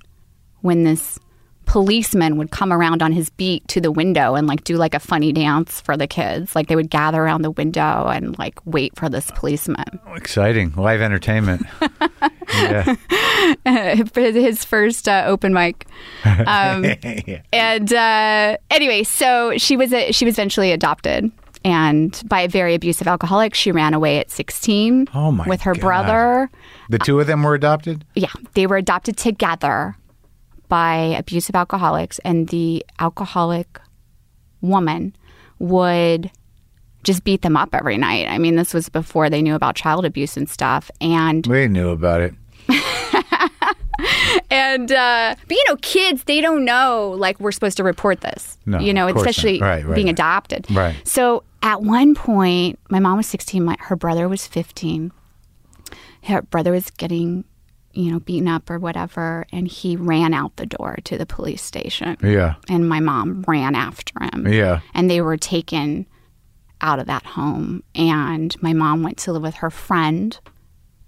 Speaker 2: when this policeman would come around on his beat to the window and like do like a funny dance for the kids like they would gather around the window and like wait for this policeman
Speaker 1: Exciting. Live entertainment. yeah.
Speaker 2: his, his first uh, open mic Um, and uh, anyway, so she was a, she was eventually adopted, and by a very abusive alcoholic, she ran away at sixteen.
Speaker 1: Oh, my
Speaker 2: With her
Speaker 1: God.
Speaker 2: brother,
Speaker 1: The two of them were adopted?
Speaker 2: yeah, they were adopted together by abusive alcoholics, and the alcoholic woman would just beat them up every night. I mean, this was before they knew about child abuse and stuff, and
Speaker 1: We knew about it.
Speaker 2: and uh, but you know, kids they don't know like we're supposed to report this.
Speaker 1: No,
Speaker 2: you know,
Speaker 1: of course not.
Speaker 2: especially
Speaker 1: Right, right,
Speaker 2: being
Speaker 1: right.
Speaker 2: adopted.
Speaker 1: Right.
Speaker 2: So at one point, my mom was sixteen. My, her brother was fifteen. Her brother was getting, you know, beaten up or whatever, and he ran out the door to the police station.
Speaker 1: Yeah.
Speaker 2: And my mom ran after him.
Speaker 1: Yeah.
Speaker 2: And they were taken out of that home. And my mom went to live with her friend.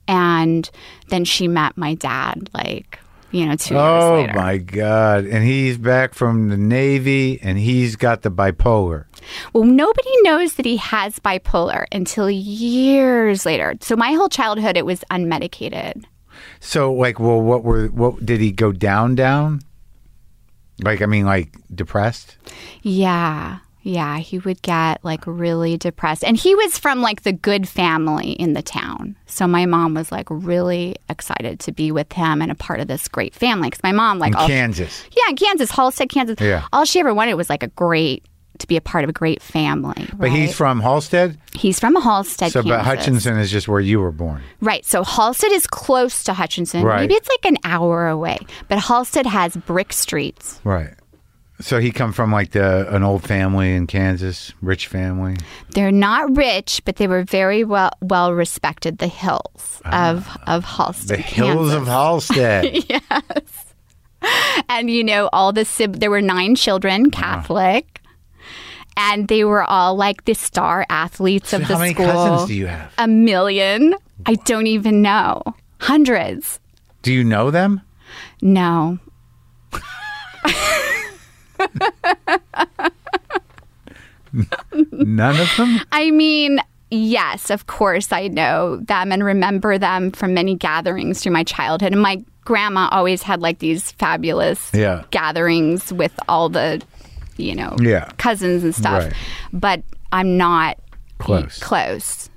Speaker 2: And then she met my dad, like, you know, two
Speaker 1: oh
Speaker 2: years later.
Speaker 1: my God. And he's back from the Navy and he's got the bipolar.
Speaker 2: Well, nobody knows that he has bipolar until years later. So my whole childhood, it was unmedicated.
Speaker 1: So like well what were what did he go down down? Like I mean like depressed?
Speaker 2: Yeah. Yeah, he would get like really depressed. And he was from like the good family in the town. So my mom was like really excited to be with him and a part of this great family. Cause my mom, like,
Speaker 1: In
Speaker 2: all
Speaker 1: Kansas.
Speaker 2: Yeah, in Kansas, Halstead, Kansas.
Speaker 1: Yeah.
Speaker 2: All she ever wanted was like a great to be a part of a great family.
Speaker 1: But he's from Halstead?
Speaker 2: he's from Halstead,
Speaker 1: So but
Speaker 2: Kansas.
Speaker 1: Hutchinson is just where you were born.
Speaker 2: Right. So Halstead is close to Hutchinson.
Speaker 1: Right.
Speaker 2: Maybe it's like an hour away. But Halstead has brick streets.
Speaker 1: Right. So he come from like the an old family in Kansas, rich family.
Speaker 2: They're not rich, but they were very well well respected. The hills of of Halstead,
Speaker 1: Ah. The hills
Speaker 2: Kansas.
Speaker 1: of Halstead.
Speaker 2: and you know all the sib- there were nine children, Catholic, and they were all like the star athletes
Speaker 1: So
Speaker 2: of the
Speaker 1: how many
Speaker 2: school.
Speaker 1: cousins do you have?
Speaker 2: A million? I don't even know. Hundreds?
Speaker 1: Do you know them?
Speaker 2: No.
Speaker 1: None of them?
Speaker 2: I mean, Yes, of course, I know them and remember them from many gatherings through my childhood. And my grandma always had like these fabulous
Speaker 1: Yeah.
Speaker 2: gatherings with all the, you know,
Speaker 1: Yeah.
Speaker 2: cousins and stuff.
Speaker 1: Right.
Speaker 2: But I'm not
Speaker 1: Close.
Speaker 2: Close.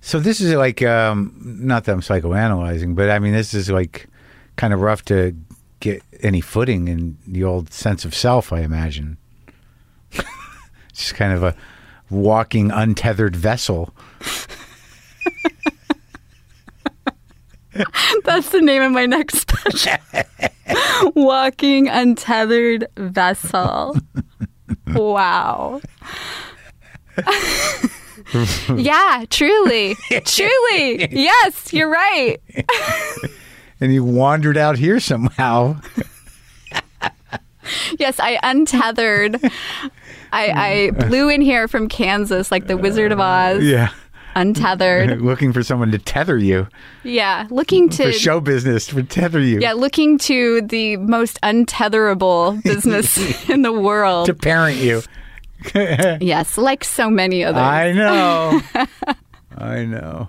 Speaker 1: So this is like, um, not that I'm psychoanalyzing, but I mean, this is like kind of rough to get any footing in the old sense of self, I imagine. Just kind of a walking, untethered vessel.
Speaker 2: That's the name of my next special. Walking untethered vessel. Wow. yeah, truly. Truly. Yes, you're right.
Speaker 1: And you wandered out here somehow.
Speaker 2: Yes, I untethered. I, I blew in here from Kansas like the Wizard of Oz,
Speaker 1: yeah.
Speaker 2: untethered.
Speaker 1: Looking for someone to tether you
Speaker 2: Yeah, looking
Speaker 1: for
Speaker 2: to
Speaker 1: show business, to tether you
Speaker 2: yeah, looking to the most unthetherable business in the world.
Speaker 1: to parent you.
Speaker 2: Yes, like so many others.
Speaker 1: I know. I know.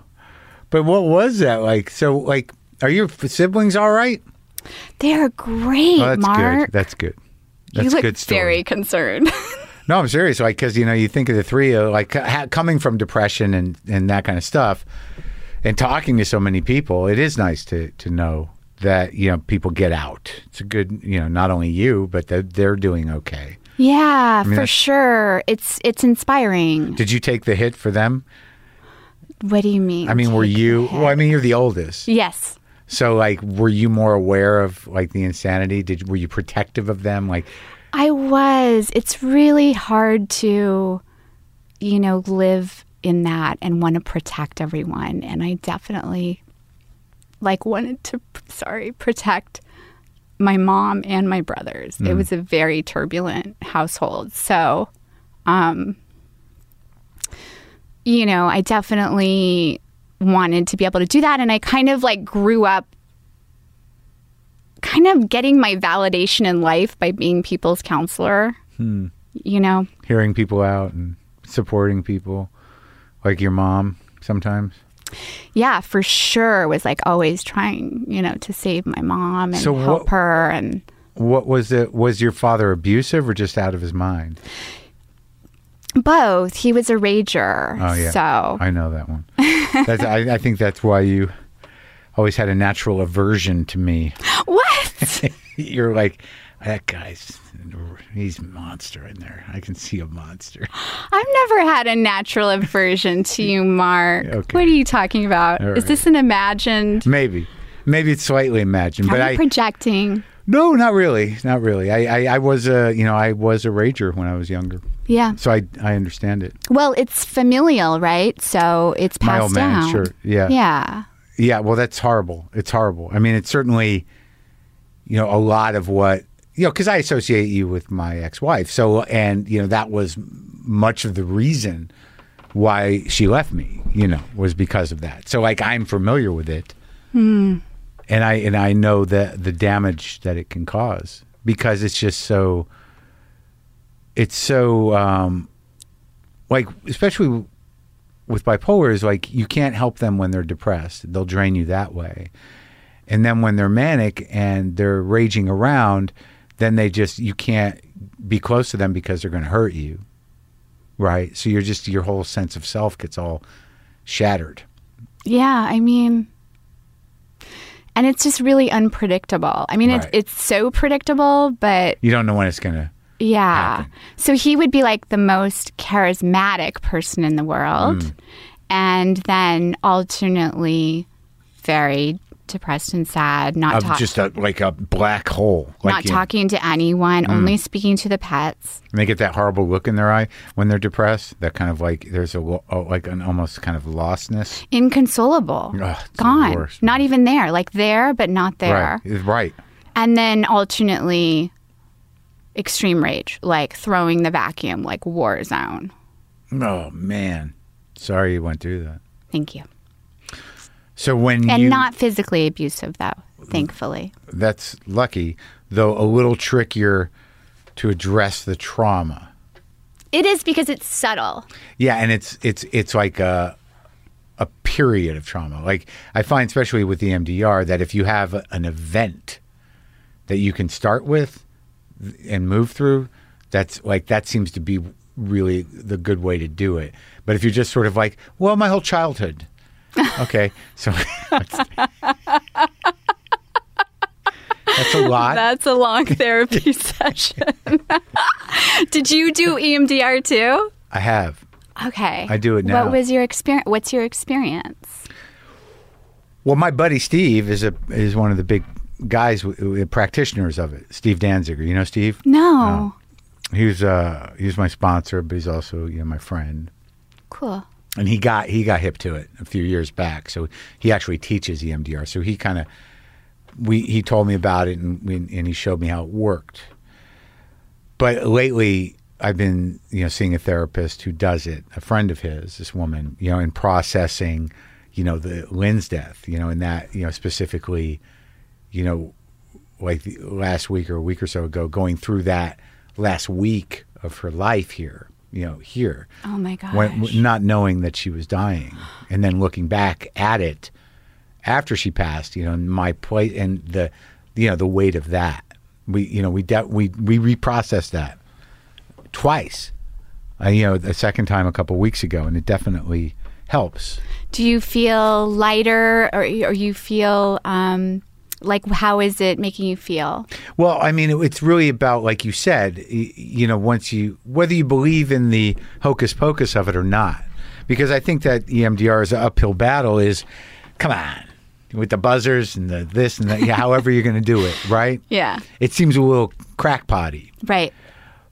Speaker 1: But what was that like? So, like, are your f- siblings all right?
Speaker 2: They're great,
Speaker 1: Oh, that's
Speaker 2: Mark.
Speaker 1: good. That's good.
Speaker 2: you
Speaker 1: That's
Speaker 2: look
Speaker 1: good story.
Speaker 2: very concerned.
Speaker 1: No, I'm serious. Like, because you know, you think of the three, uh, like ha- coming from depression and and that kind of stuff, and talking to so many people, it is nice to to know that you know people get out. It's a good, you know, not only you, but that they're doing okay.
Speaker 2: yeah, for
Speaker 1: that's-
Speaker 2: sure. It's it's inspiring.
Speaker 1: Did you take the hit for them?
Speaker 2: What do you mean?
Speaker 1: I mean, were
Speaker 2: take
Speaker 1: you?
Speaker 2: the hit?
Speaker 1: Well, I mean, you're the oldest,
Speaker 2: Yes.
Speaker 1: so like, were you more aware of like the insanity? Did were you protective of them? Like,
Speaker 2: I was. It's really hard to, you know, live in that and want to protect everyone. And I definitely, like, wanted to, sorry, protect my mom and my brothers. It was a very turbulent household. So, um, you know, I definitely wanted to be able to do that. And I kind of like grew up kind of getting my validation in life by being people's counselor.
Speaker 1: Hmm.
Speaker 2: You know,
Speaker 1: hearing people out and supporting people, like your mom sometimes.
Speaker 2: yeah, for sure was like always trying, you know, to save my mom and
Speaker 1: So
Speaker 2: help
Speaker 1: what-
Speaker 2: her and
Speaker 1: What was it? Was your father abusive or just out of his mind?
Speaker 2: both. He was a rager.
Speaker 1: Oh yeah,
Speaker 2: So
Speaker 1: I know that one. That's, I, I think that's why you always had a natural aversion to me.
Speaker 2: what?
Speaker 1: You're like that guy's he's a monster in there. I can see a monster.
Speaker 2: I've never had a natural aversion to you, Mark.
Speaker 1: Okay.
Speaker 2: What are you talking about?
Speaker 1: All
Speaker 2: Is
Speaker 1: right.
Speaker 2: this an imagined?
Speaker 1: Maybe, maybe it's slightly imagined, but
Speaker 2: Are you
Speaker 1: I
Speaker 2: projecting?
Speaker 1: no, not really, not really. I, I I was a you know I was a rager when I was younger,
Speaker 2: Yeah.
Speaker 1: so I I understand it.
Speaker 2: Well, it's familial, right? So it's
Speaker 1: My
Speaker 2: passed
Speaker 1: old man,
Speaker 2: down.
Speaker 1: sure, yeah.
Speaker 2: Yeah.
Speaker 1: Yeah, well, that's horrible. It's horrible. I mean, it's certainly, you know, a lot of what, you know, because I associate you with my ex wife. So, and, you know, that was much of the reason why she left me, you know, was because of that. So, like, I'm familiar with it. And I and I know that the damage that it can cause because it's just so it's so um like especially with bipolar is like you can't help them when they're depressed. They'll drain you that way. And then when they're manic and they're raging around, then they just you can't be close to them because they're going to hurt you. Right? So you're just your whole sense of self gets all shattered.
Speaker 2: Yeah, I mean, and it's just really unpredictable. I mean, it's
Speaker 1: Right.
Speaker 2: it's so predictable, but
Speaker 1: You don't know when it's going to
Speaker 2: yeah.
Speaker 1: Happen.
Speaker 2: So he would be like the most charismatic person in the world,
Speaker 1: Mm.
Speaker 2: and then alternately very depressed and sad, not
Speaker 1: uh,
Speaker 2: talking.
Speaker 1: just a, like a black hole. Like
Speaker 2: not
Speaker 1: you-
Speaker 2: talking to
Speaker 1: Mm.
Speaker 2: anyone, only speaking to the pets.
Speaker 1: And they get that horrible look in their eye when they're depressed. That kind of like there's a lo- oh, like an almost kind of lostness.
Speaker 2: Inconsolable.
Speaker 1: Ugh, it's the
Speaker 2: Gone.
Speaker 1: worst.
Speaker 2: Not even there. Like there, but not there.
Speaker 1: Right. Right.
Speaker 2: And then alternately, extreme rage, like throwing the vacuum, like war zone.
Speaker 1: Oh man. Sorry you went through that.
Speaker 2: Thank you.
Speaker 1: So when
Speaker 2: And
Speaker 1: you
Speaker 2: not physically abusive, though, thankfully.
Speaker 1: that's lucky, though a little trickier to address the trauma.
Speaker 2: It is because it's subtle.
Speaker 1: Yeah, and it's it's it's like a a period of trauma. Like I find, especially with EMDR, that if you have an event that you can start with and move through, that's like that seems to be really the good way to do it. But if you're just sort of like, well, my whole childhood, okay, so that's a lot.
Speaker 2: That's a long therapy session. Did you do E EMDR too?
Speaker 1: I have.
Speaker 2: Okay.
Speaker 1: I do it now.
Speaker 2: What was your experience? What's your experience?
Speaker 1: Well, my buddy Steve is a is one of the big guys w- w- practitioners of it. Steve Danziger, you know Steve.
Speaker 2: No.
Speaker 1: He's uh he's my sponsor, but he's also you know my friend.
Speaker 2: Cool.
Speaker 1: and he got he got hip to it a few years back. So he actually teaches E EMDR. So he kind of we he told me about it and we, and he showed me how it worked. But lately, I've been you know seeing a therapist who does it, a friend of his, this woman, you know, in processing, you know, the Lynn's death, you know, and that you know specifically, you know, like the, last week or a week or so ago, going through that last week of her life here, you know, here
Speaker 2: Oh my gosh.
Speaker 1: when, w- not knowing that she was dying, and then looking back at it after she passed, you know, and my place and the, you know, the weight of that. We, you know, we de- we we reprocessed that twice. Uh, you know, the second time a couple weeks ago, and it definitely helps.
Speaker 2: Do you feel lighter, or or you feel um, like how is it making you feel?
Speaker 1: Well, I mean, it, it's really about, like you said, y- you know, once you, whether you believe in the hocus pocus of it or not, because I think that E EMDR is an uphill battle is, come on, with the buzzers and the this and that, yeah, however you're going to do it, right?
Speaker 2: Yeah.
Speaker 1: It seems a little crackpotty,
Speaker 2: Right.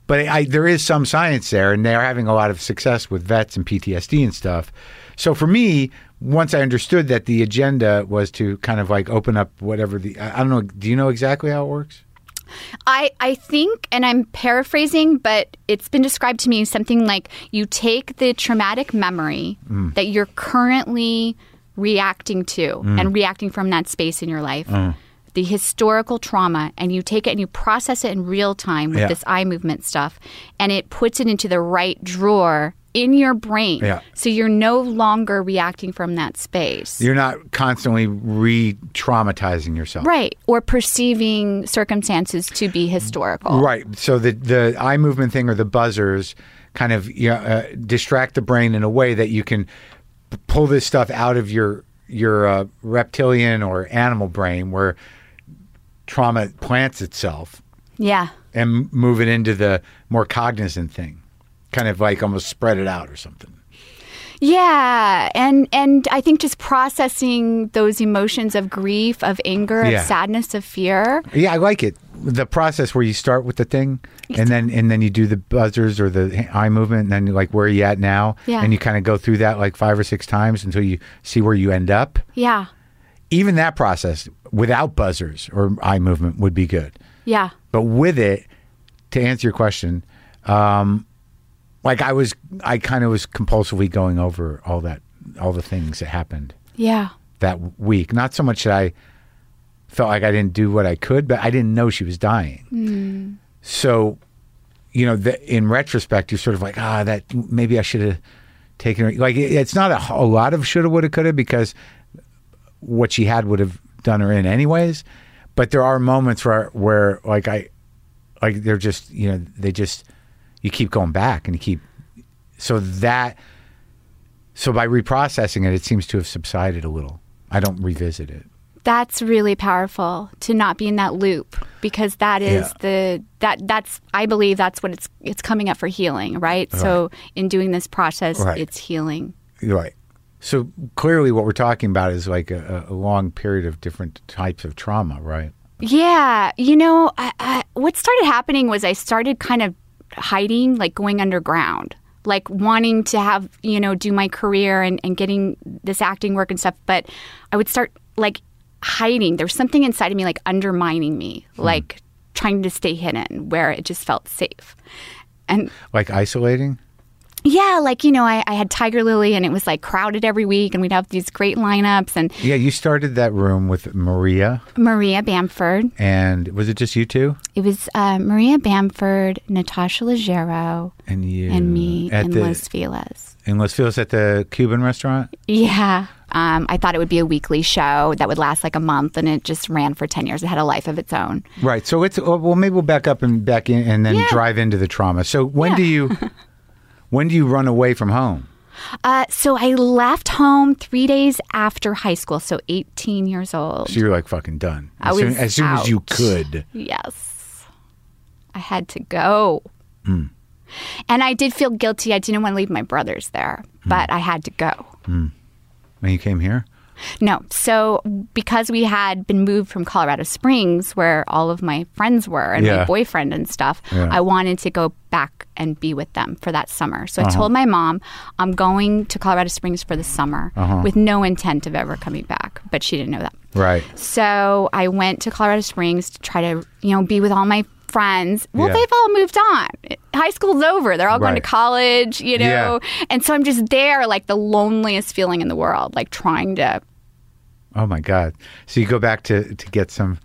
Speaker 1: but I, I, there is some science there, and they're having a lot of success with vets and PTSD and stuff. So for me, once I understood that the agenda was to kind of like open up whatever the, I I don't know, do you know exactly how it works?
Speaker 2: I, I think, and I'm paraphrasing, but it's been described to me something like you take the traumatic memory
Speaker 1: Mm.
Speaker 2: that you're currently reacting to
Speaker 1: Mm.
Speaker 2: and reacting from that space in your life,
Speaker 1: Uh.
Speaker 2: the historical trauma, and you take it and you process it in real time with
Speaker 1: Yeah.
Speaker 2: this eye movement stuff, and it puts it into the right drawer in your brain.
Speaker 1: Yeah.
Speaker 2: So you're no longer reacting from that space.
Speaker 1: You're not constantly re traumatizing yourself.
Speaker 2: Right, or perceiving circumstances to be historical.
Speaker 1: Mm. Right. So the, the eye movement thing or the buzzers kind of you know, uh, distract the brain in a way that you can p- pull this stuff out of your your uh, reptilian or animal brain where trauma plants itself
Speaker 2: Yeah.
Speaker 1: and m- move it into the more cognizant thing. Kind of like almost spread it out or something.
Speaker 2: Yeah, and and I think just processing those emotions of grief, of anger,
Speaker 1: Yeah.
Speaker 2: of sadness, of fear.
Speaker 1: Yeah, I like it. The process where you start with the thing, and then and then you do the buzzers or the h- eye movement, and then you're like where are you at now,
Speaker 2: Yeah.
Speaker 1: and you kind of go through that like five or six times until you see where you end up.
Speaker 2: Yeah.
Speaker 1: Even that process without buzzers or eye movement would be good,
Speaker 2: Yeah.
Speaker 1: but with it, to answer your question, um, like I was, I kind of was compulsively going over all that, all the things that happened
Speaker 2: Yeah.
Speaker 1: that w- week. Not so much that I felt like I didn't do what I could, but I didn't know she was dying. So, you know, the, in retrospect, you're sort of like, ah, that maybe I should have taken her. Like, it, it's not a, h- a lot of shoulda, woulda, coulda because what she had would have done her in anyways. But there are moments where, where like I, like they're just, you know, they just, you keep going back and you keep, so that, so by reprocessing it, it seems to have subsided a little. I don't revisit it.
Speaker 2: That's really powerful to not be in that loop because that is
Speaker 1: Yeah.
Speaker 2: the that that's I believe that's what it's it's coming up for healing, right? So in doing this process,
Speaker 1: Right.
Speaker 2: it's healing.
Speaker 1: You're right. So clearly, what we're talking about is like a, a long period of different types of trauma, right?
Speaker 2: Yeah, you know, I, I, what started happening was I started kind of hiding, like going underground, like wanting to have, you know, do my career and, and getting this acting work and stuff. But I would start like hiding. There was something inside of me, like undermining me, like trying to stay hidden where it just felt safe. And
Speaker 1: Like isolating.
Speaker 2: Yeah, like, you know, I, I had Tiger Lily and it was like crowded every week and we'd have these great lineups and
Speaker 1: Yeah, you started that room with Maria,
Speaker 2: Maria Bamford.
Speaker 1: and was it just you two
Speaker 2: It was uh, Maria Bamford, Natasha Leggero,
Speaker 1: and you
Speaker 2: and me
Speaker 1: at
Speaker 2: and
Speaker 1: the
Speaker 2: Los Feliz.
Speaker 1: in Los Feliz at the Cuban restaurant?
Speaker 2: Yeah. Um, I thought it would be a weekly show that would last like a month and it just ran for 10 years. It had a life of its own.
Speaker 1: Right. So it's oh, well, maybe we'll back up and back in, and then
Speaker 2: Yeah.
Speaker 1: drive into the trauma. So when
Speaker 2: Yeah.
Speaker 1: do you when do you run away from home?
Speaker 2: Uh, so I left home three days after high school, so 18 years old.
Speaker 1: So you're like fucking done.
Speaker 2: I
Speaker 1: As soon,
Speaker 2: was
Speaker 1: as, soon as you
Speaker 2: out.
Speaker 1: could.
Speaker 2: Yes. I had to go.
Speaker 1: Hmm.
Speaker 2: And I did feel guilty. I didn't want to leave my brothers there,
Speaker 1: Hmm.
Speaker 2: but I had to go.
Speaker 1: When you came here?
Speaker 2: No. So, because we had been moved from Colorado Springs, where all of my friends were and
Speaker 1: Yeah.
Speaker 2: my boyfriend and stuff,
Speaker 1: Yeah.
Speaker 2: I wanted to go back and be with them for that summer. So,
Speaker 1: Uh-huh.
Speaker 2: I told my mom, I'm going to Colorado Springs for the summer
Speaker 1: Uh-huh.
Speaker 2: with no intent of ever coming back. But she didn't know that.
Speaker 1: Right.
Speaker 2: So I went to Colorado Springs to try to, you know, be with all my friends. Well,
Speaker 1: Yeah.
Speaker 2: they've all moved on. High school's over. They're all going to
Speaker 1: Right.
Speaker 2: college, you know. And so I'm just there like the loneliest feeling in the world, like trying to
Speaker 1: Oh my God. So you go back to, to get some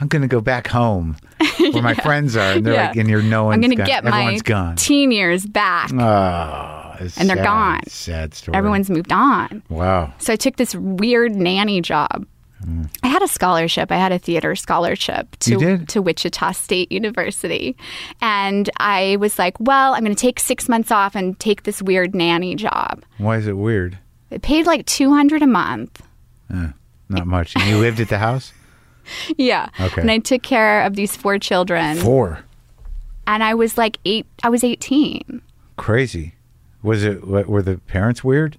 Speaker 1: I'm gonna go back home where my friends are and they're
Speaker 2: Yeah.
Speaker 1: like and you're no one's
Speaker 2: I'm going to
Speaker 1: gone.
Speaker 2: get my
Speaker 1: everyone's gone. Oh,
Speaker 2: teen years back.
Speaker 1: Ah, it's
Speaker 2: And they're
Speaker 1: sad.
Speaker 2: gone.
Speaker 1: Sad story.
Speaker 2: Everyone's moved on.
Speaker 1: Wow.
Speaker 2: So I took this weird nanny job. I had a scholarship. I had a theater scholarship
Speaker 1: Mm. You
Speaker 2: to,
Speaker 1: did?
Speaker 2: to Wichita State University. And I was like, well, I'm going to take six months off and take this weird nanny job.
Speaker 1: Why is it weird?
Speaker 2: It paid like 200 a month.
Speaker 1: Not much. And you lived at the house?
Speaker 2: Yeah.
Speaker 1: Okay.
Speaker 2: And I took care of these four children.
Speaker 1: Four.
Speaker 2: And I was like eight, I was 18.
Speaker 1: Crazy. Was it wa- were the parents weird?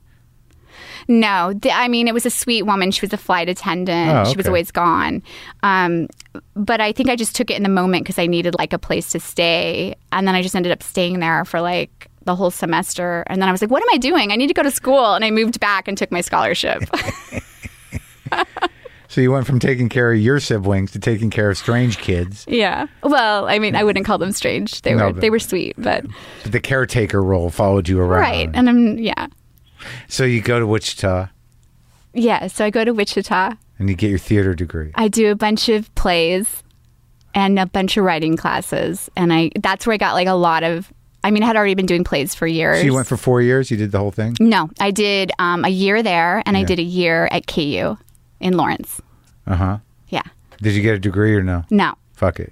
Speaker 2: No, th- I mean it was a sweet woman. She was a flight attendant.
Speaker 1: Oh,
Speaker 2: She was
Speaker 1: okay.
Speaker 2: always gone. Um, but I think I just took it in the moment because I needed like a place to stay, and then I just ended up staying there for like the whole semester. And then I was like, "What am I doing? I need to go to school." And I moved back and took my scholarship.
Speaker 1: So you went from taking care of your siblings to taking care of strange kids.
Speaker 2: yeah. Well, I mean, I wouldn't call them strange. They
Speaker 1: No,
Speaker 2: were
Speaker 1: but-
Speaker 2: they were sweet, but
Speaker 1: But the caretaker role followed you around.
Speaker 2: right. And I'm yeah,
Speaker 1: So you go to Wichita
Speaker 2: yeah. So I go to Wichita.
Speaker 1: and you get your theater degree.
Speaker 2: I do a bunch of plays and a bunch of writing classes, and I that's where I got like a lot of. I mean, I had already been doing plays for years.
Speaker 1: So you went for four years. You did the whole thing.
Speaker 2: no, I did um, a year there, and I did a year at KU in Lawrence.
Speaker 1: Uh huh.
Speaker 2: Yeah,
Speaker 1: Did you get a degree or no?
Speaker 2: no,
Speaker 1: Fuck it.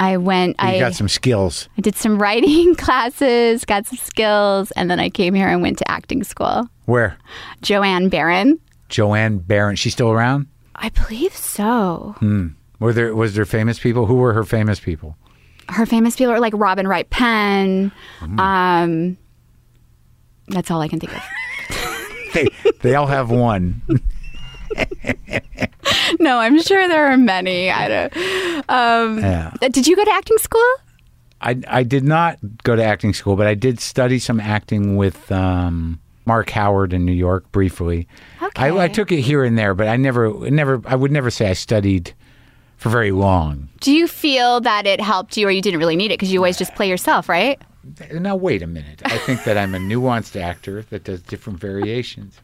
Speaker 2: I went.
Speaker 1: You
Speaker 2: I
Speaker 1: got some skills.
Speaker 2: I did some writing classes, got some skills, and then I came here and went to acting school.
Speaker 1: Where?
Speaker 2: Joanne Barron,
Speaker 1: Joanne Barron. She's still around.
Speaker 2: I believe so.
Speaker 1: Hmm. Were there was there famous people? Who were her famous people?
Speaker 2: her famous people are like Robin Wright Penn.
Speaker 1: Oh,
Speaker 2: Um, that's all I can think of.
Speaker 1: They they all have one.
Speaker 2: no, I'm sure there are many. I don't. Um,
Speaker 1: Yeah.
Speaker 2: Did you go to acting school?
Speaker 1: I I did not go to acting school, but I did study some acting with um, Mark Howard in New York briefly. I, I
Speaker 2: Okay.
Speaker 1: took it here and there, but I never never I would never say I studied for very long.
Speaker 2: Do you feel that it helped you, or you didn't really need it because you always just play yourself, right?
Speaker 1: Now wait a minute. I think that I'm a nuanced actor that does different variations.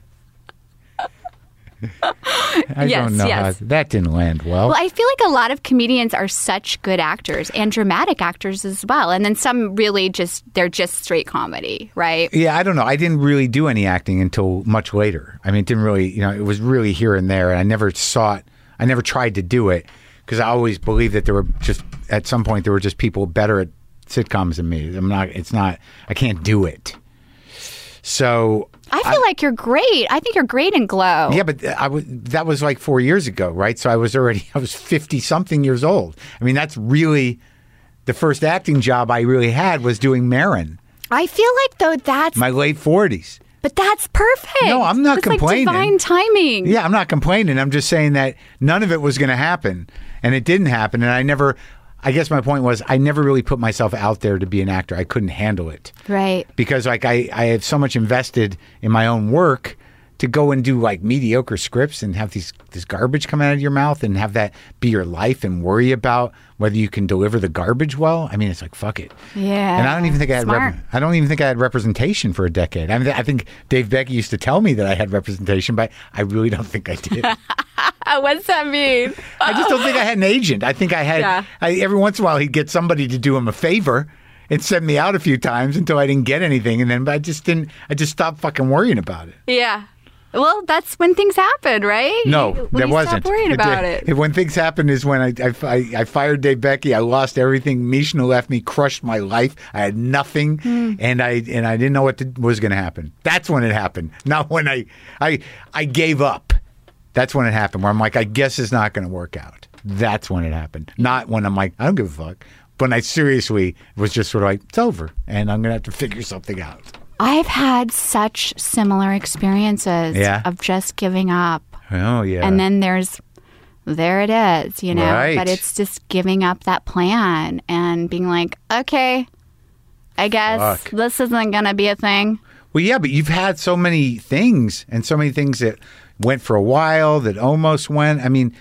Speaker 1: I
Speaker 2: Yes,
Speaker 1: don't know
Speaker 2: yes.
Speaker 1: how that didn't land well.
Speaker 2: Well, I feel like a lot of comedians are such good actors and dramatic actors as well, and then some really just they're just straight comedy, right?
Speaker 1: yeah, I don't know. I didn't really do any acting until much later. I mean, it didn't really, you know, it was really here and there, and I never sought, I never tried to do it because I always believed that there were just at some point there were just people better at sitcoms than me. I'm not. It's not. I can't do it. So
Speaker 2: I feel like you're great. I think you're great in Glow.
Speaker 1: Yeah, but I was that was like four years ago, right? So I was already I was fifty something years old. I mean, that's really the first acting job I really had was doing Marin,
Speaker 2: I feel like though that's
Speaker 1: my late forties.
Speaker 2: But that's perfect.
Speaker 1: No, I'm not
Speaker 2: That's
Speaker 1: complaining.
Speaker 2: Like divine timing.
Speaker 1: Yeah, I'm not complaining. I'm just saying that none of it was going to happen, and it didn't happen. And I never, I guess my point was, I never really put myself out there to be an actor. I couldn't handle it.
Speaker 2: Right.
Speaker 1: because like I, I have so much invested in my own work to go and do like mediocre scripts and have these this garbage come out of your mouth and have that be your life and worry about whether you can deliver the garbage well. I mean, it's like fuck it.
Speaker 2: Yeah.
Speaker 1: And I don't even think I had
Speaker 2: Smart.
Speaker 1: rep- I don't even think I had representation for a decade. I mean, I think Dave Beck used to tell me that I had representation, but I really don't think I did.
Speaker 2: Uh, what's that mean?
Speaker 1: I just don't think I had an agent. I think I had
Speaker 2: Yeah.
Speaker 1: I, every once in a while he'd get somebody to do him a favor and send me out a few times until I didn't get anything, and then but I just didn't. I just stopped fucking worrying about it.
Speaker 2: Yeah. Well, that's when things happen, right?
Speaker 1: No,
Speaker 2: you, when
Speaker 1: there
Speaker 2: you
Speaker 1: wasn't.
Speaker 2: Stop worrying
Speaker 1: The
Speaker 2: about
Speaker 1: day-
Speaker 2: it.
Speaker 1: if- When things happened is when I, I, I, I fired Dave Becky. I lost everything. Mishna left me, crushed my life. I had nothing,
Speaker 2: Hmm.
Speaker 1: and I and I didn't know what to, was going to happen. That's when it happened. Not when I I I gave up. That's when it happened. Where I'm like, I guess it's not going to work out. That's when it happened. Not when I'm like, I don't give a fuck. When I seriously was just sort of like, it's over, and I'm going to have to figure something out.
Speaker 2: I've had such similar experiences
Speaker 1: Yeah.
Speaker 2: of just giving up.
Speaker 1: Oh yeah.
Speaker 2: And then there's there it is, you know.
Speaker 1: Right.
Speaker 2: But it's just giving up that plan and being like, okay, I guess
Speaker 1: Fuck.
Speaker 2: this isn't gonna be a thing.
Speaker 1: Well, yeah, but you've had so many things and so many things that went for a while that almost went. I mean,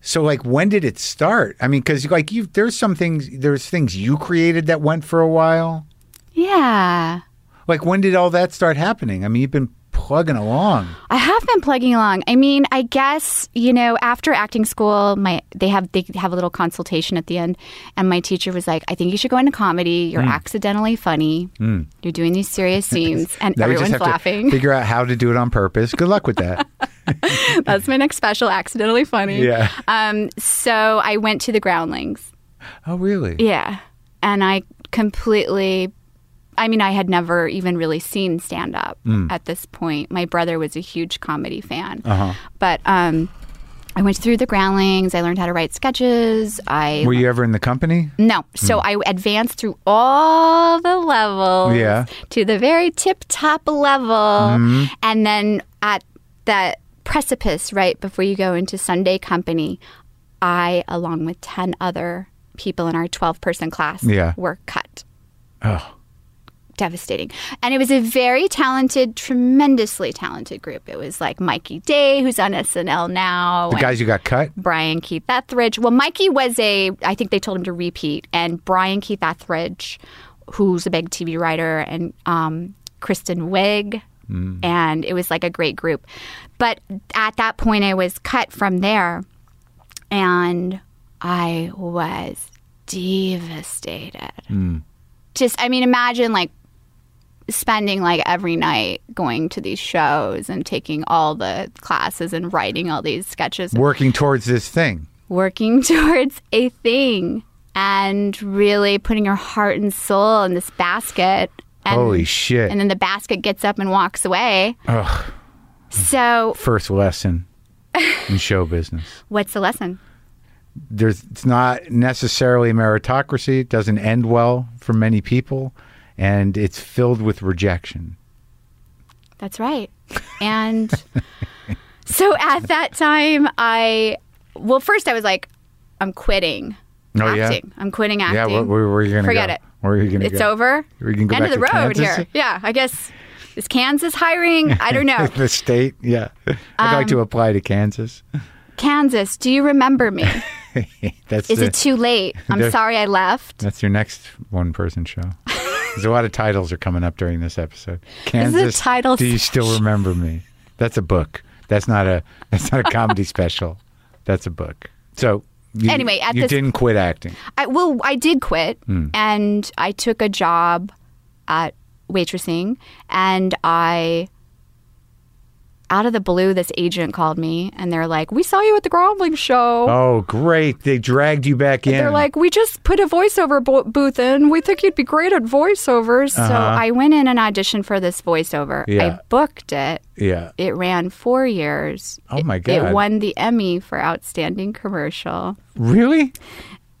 Speaker 1: so like when did it start? I mean, because like you, there's some things, there's things you created that went for a while.
Speaker 2: Yeah.
Speaker 1: Like when did all that start happening? I mean, you've been plugging along.
Speaker 2: I have been plugging along. I mean, I guess you know, after acting school, my they have they have a little consultation at the end, and my teacher was like, "I think you should go into comedy. You're accidentally funny. You're doing these serious scenes, and
Speaker 1: Hmm. Now we just
Speaker 2: everyone's
Speaker 1: have to
Speaker 2: laughing.
Speaker 1: figure out how to do it on purpose. Good luck with that.
Speaker 2: That's my next special, accidentally funny.
Speaker 1: Yeah.
Speaker 2: Um. So I went to the Groundlings.
Speaker 1: oh, really?
Speaker 2: Yeah, and I completely. I mean, I had never even really seen stand up
Speaker 1: Mm.
Speaker 2: at this point. My brother was a huge comedy fan.
Speaker 1: Uh-huh.
Speaker 2: But um, I went through the groundlings. I learned how to write sketches. I
Speaker 1: Were you ever in the company?
Speaker 2: no, so
Speaker 1: Hmm.
Speaker 2: I advanced through all the levels
Speaker 1: Yeah. Mm-hmm.
Speaker 2: to the very tip top level, and then at that precipice right before you go into Sunday company, I, along with ten other people in our twelve person class,
Speaker 1: Yeah.
Speaker 2: were cut
Speaker 1: Oh,
Speaker 2: devastating. And it was a very talented, tremendously talented group. It was like Mikey Day, who's on SNL now.
Speaker 1: the
Speaker 2: and
Speaker 1: guys who got cut.
Speaker 2: Brian Keith Etheridge. Well, Mikey was a, I think they told him to repeat, and Brian Keith Etheridge, who's a big TV writer, and um, Kristen Wiig, and it was like a great group. But at that point, I was cut from there, and I was devastated. Just, I mean, imagine like spending like every night going to these shows and taking all the classes and writing all these sketches
Speaker 1: Working towards this thing.
Speaker 2: working towards a thing and really putting your heart and soul in this basket. And,
Speaker 1: Holy shit.
Speaker 2: And then the basket gets up and walks away.
Speaker 1: Ugh.
Speaker 2: So,
Speaker 1: First lesson in show business.
Speaker 2: what's the lesson?
Speaker 1: there's it's not necessarily a meritocracy. It doesn't end well for many people, and it's filled with rejection.
Speaker 2: That's right. And so at that time, I, well, first I was like, I'm quitting.
Speaker 1: Oh, yeah?
Speaker 2: acting. I'm quitting acting.
Speaker 1: Yeah, where, where, where are you going to
Speaker 2: Forget
Speaker 1: go?
Speaker 2: it.
Speaker 1: Where are you going to go?
Speaker 2: It's over.
Speaker 1: We can go
Speaker 2: End
Speaker 1: back
Speaker 2: of the
Speaker 1: to
Speaker 2: road
Speaker 1: Kansas?
Speaker 2: here. Yeah, I guess. Is Kansas hiring? I don't know.
Speaker 1: The state, yeah. I'd like to
Speaker 2: Um,
Speaker 1: apply to Kansas.
Speaker 2: Kansas, do you remember me?
Speaker 1: That's
Speaker 2: Is
Speaker 1: the-
Speaker 2: it too late? I'm
Speaker 1: There-
Speaker 2: sorry I left.
Speaker 1: that's your next one-person show. There's a lot of titles are coming up during this episode.
Speaker 2: is a
Speaker 1: Kansas,
Speaker 2: title
Speaker 1: do you still remember me? That's a book. That's not a. That's not a comedy special. That's a book. So you,
Speaker 2: Anyway, at
Speaker 1: you
Speaker 2: this-
Speaker 1: didn't quit acting.
Speaker 2: I, well, I did quit
Speaker 1: Hmm.
Speaker 2: and I took a job at waitressing and I out of the blue this agent called me and they're like, "We saw you at the Grombling show."
Speaker 1: Oh, great. They dragged you back in.
Speaker 2: They're like, we just put a voiceover bo- booth in. We think you'd be great at voiceovers. So I went in and auditioned for this voiceover.
Speaker 1: Uh-huh. Yeah.
Speaker 2: I booked it.
Speaker 1: yeah.
Speaker 2: It ran four years.
Speaker 1: Oh, my
Speaker 2: It-
Speaker 1: God.
Speaker 2: It won the Emmy for Outstanding Commercial.
Speaker 1: Really?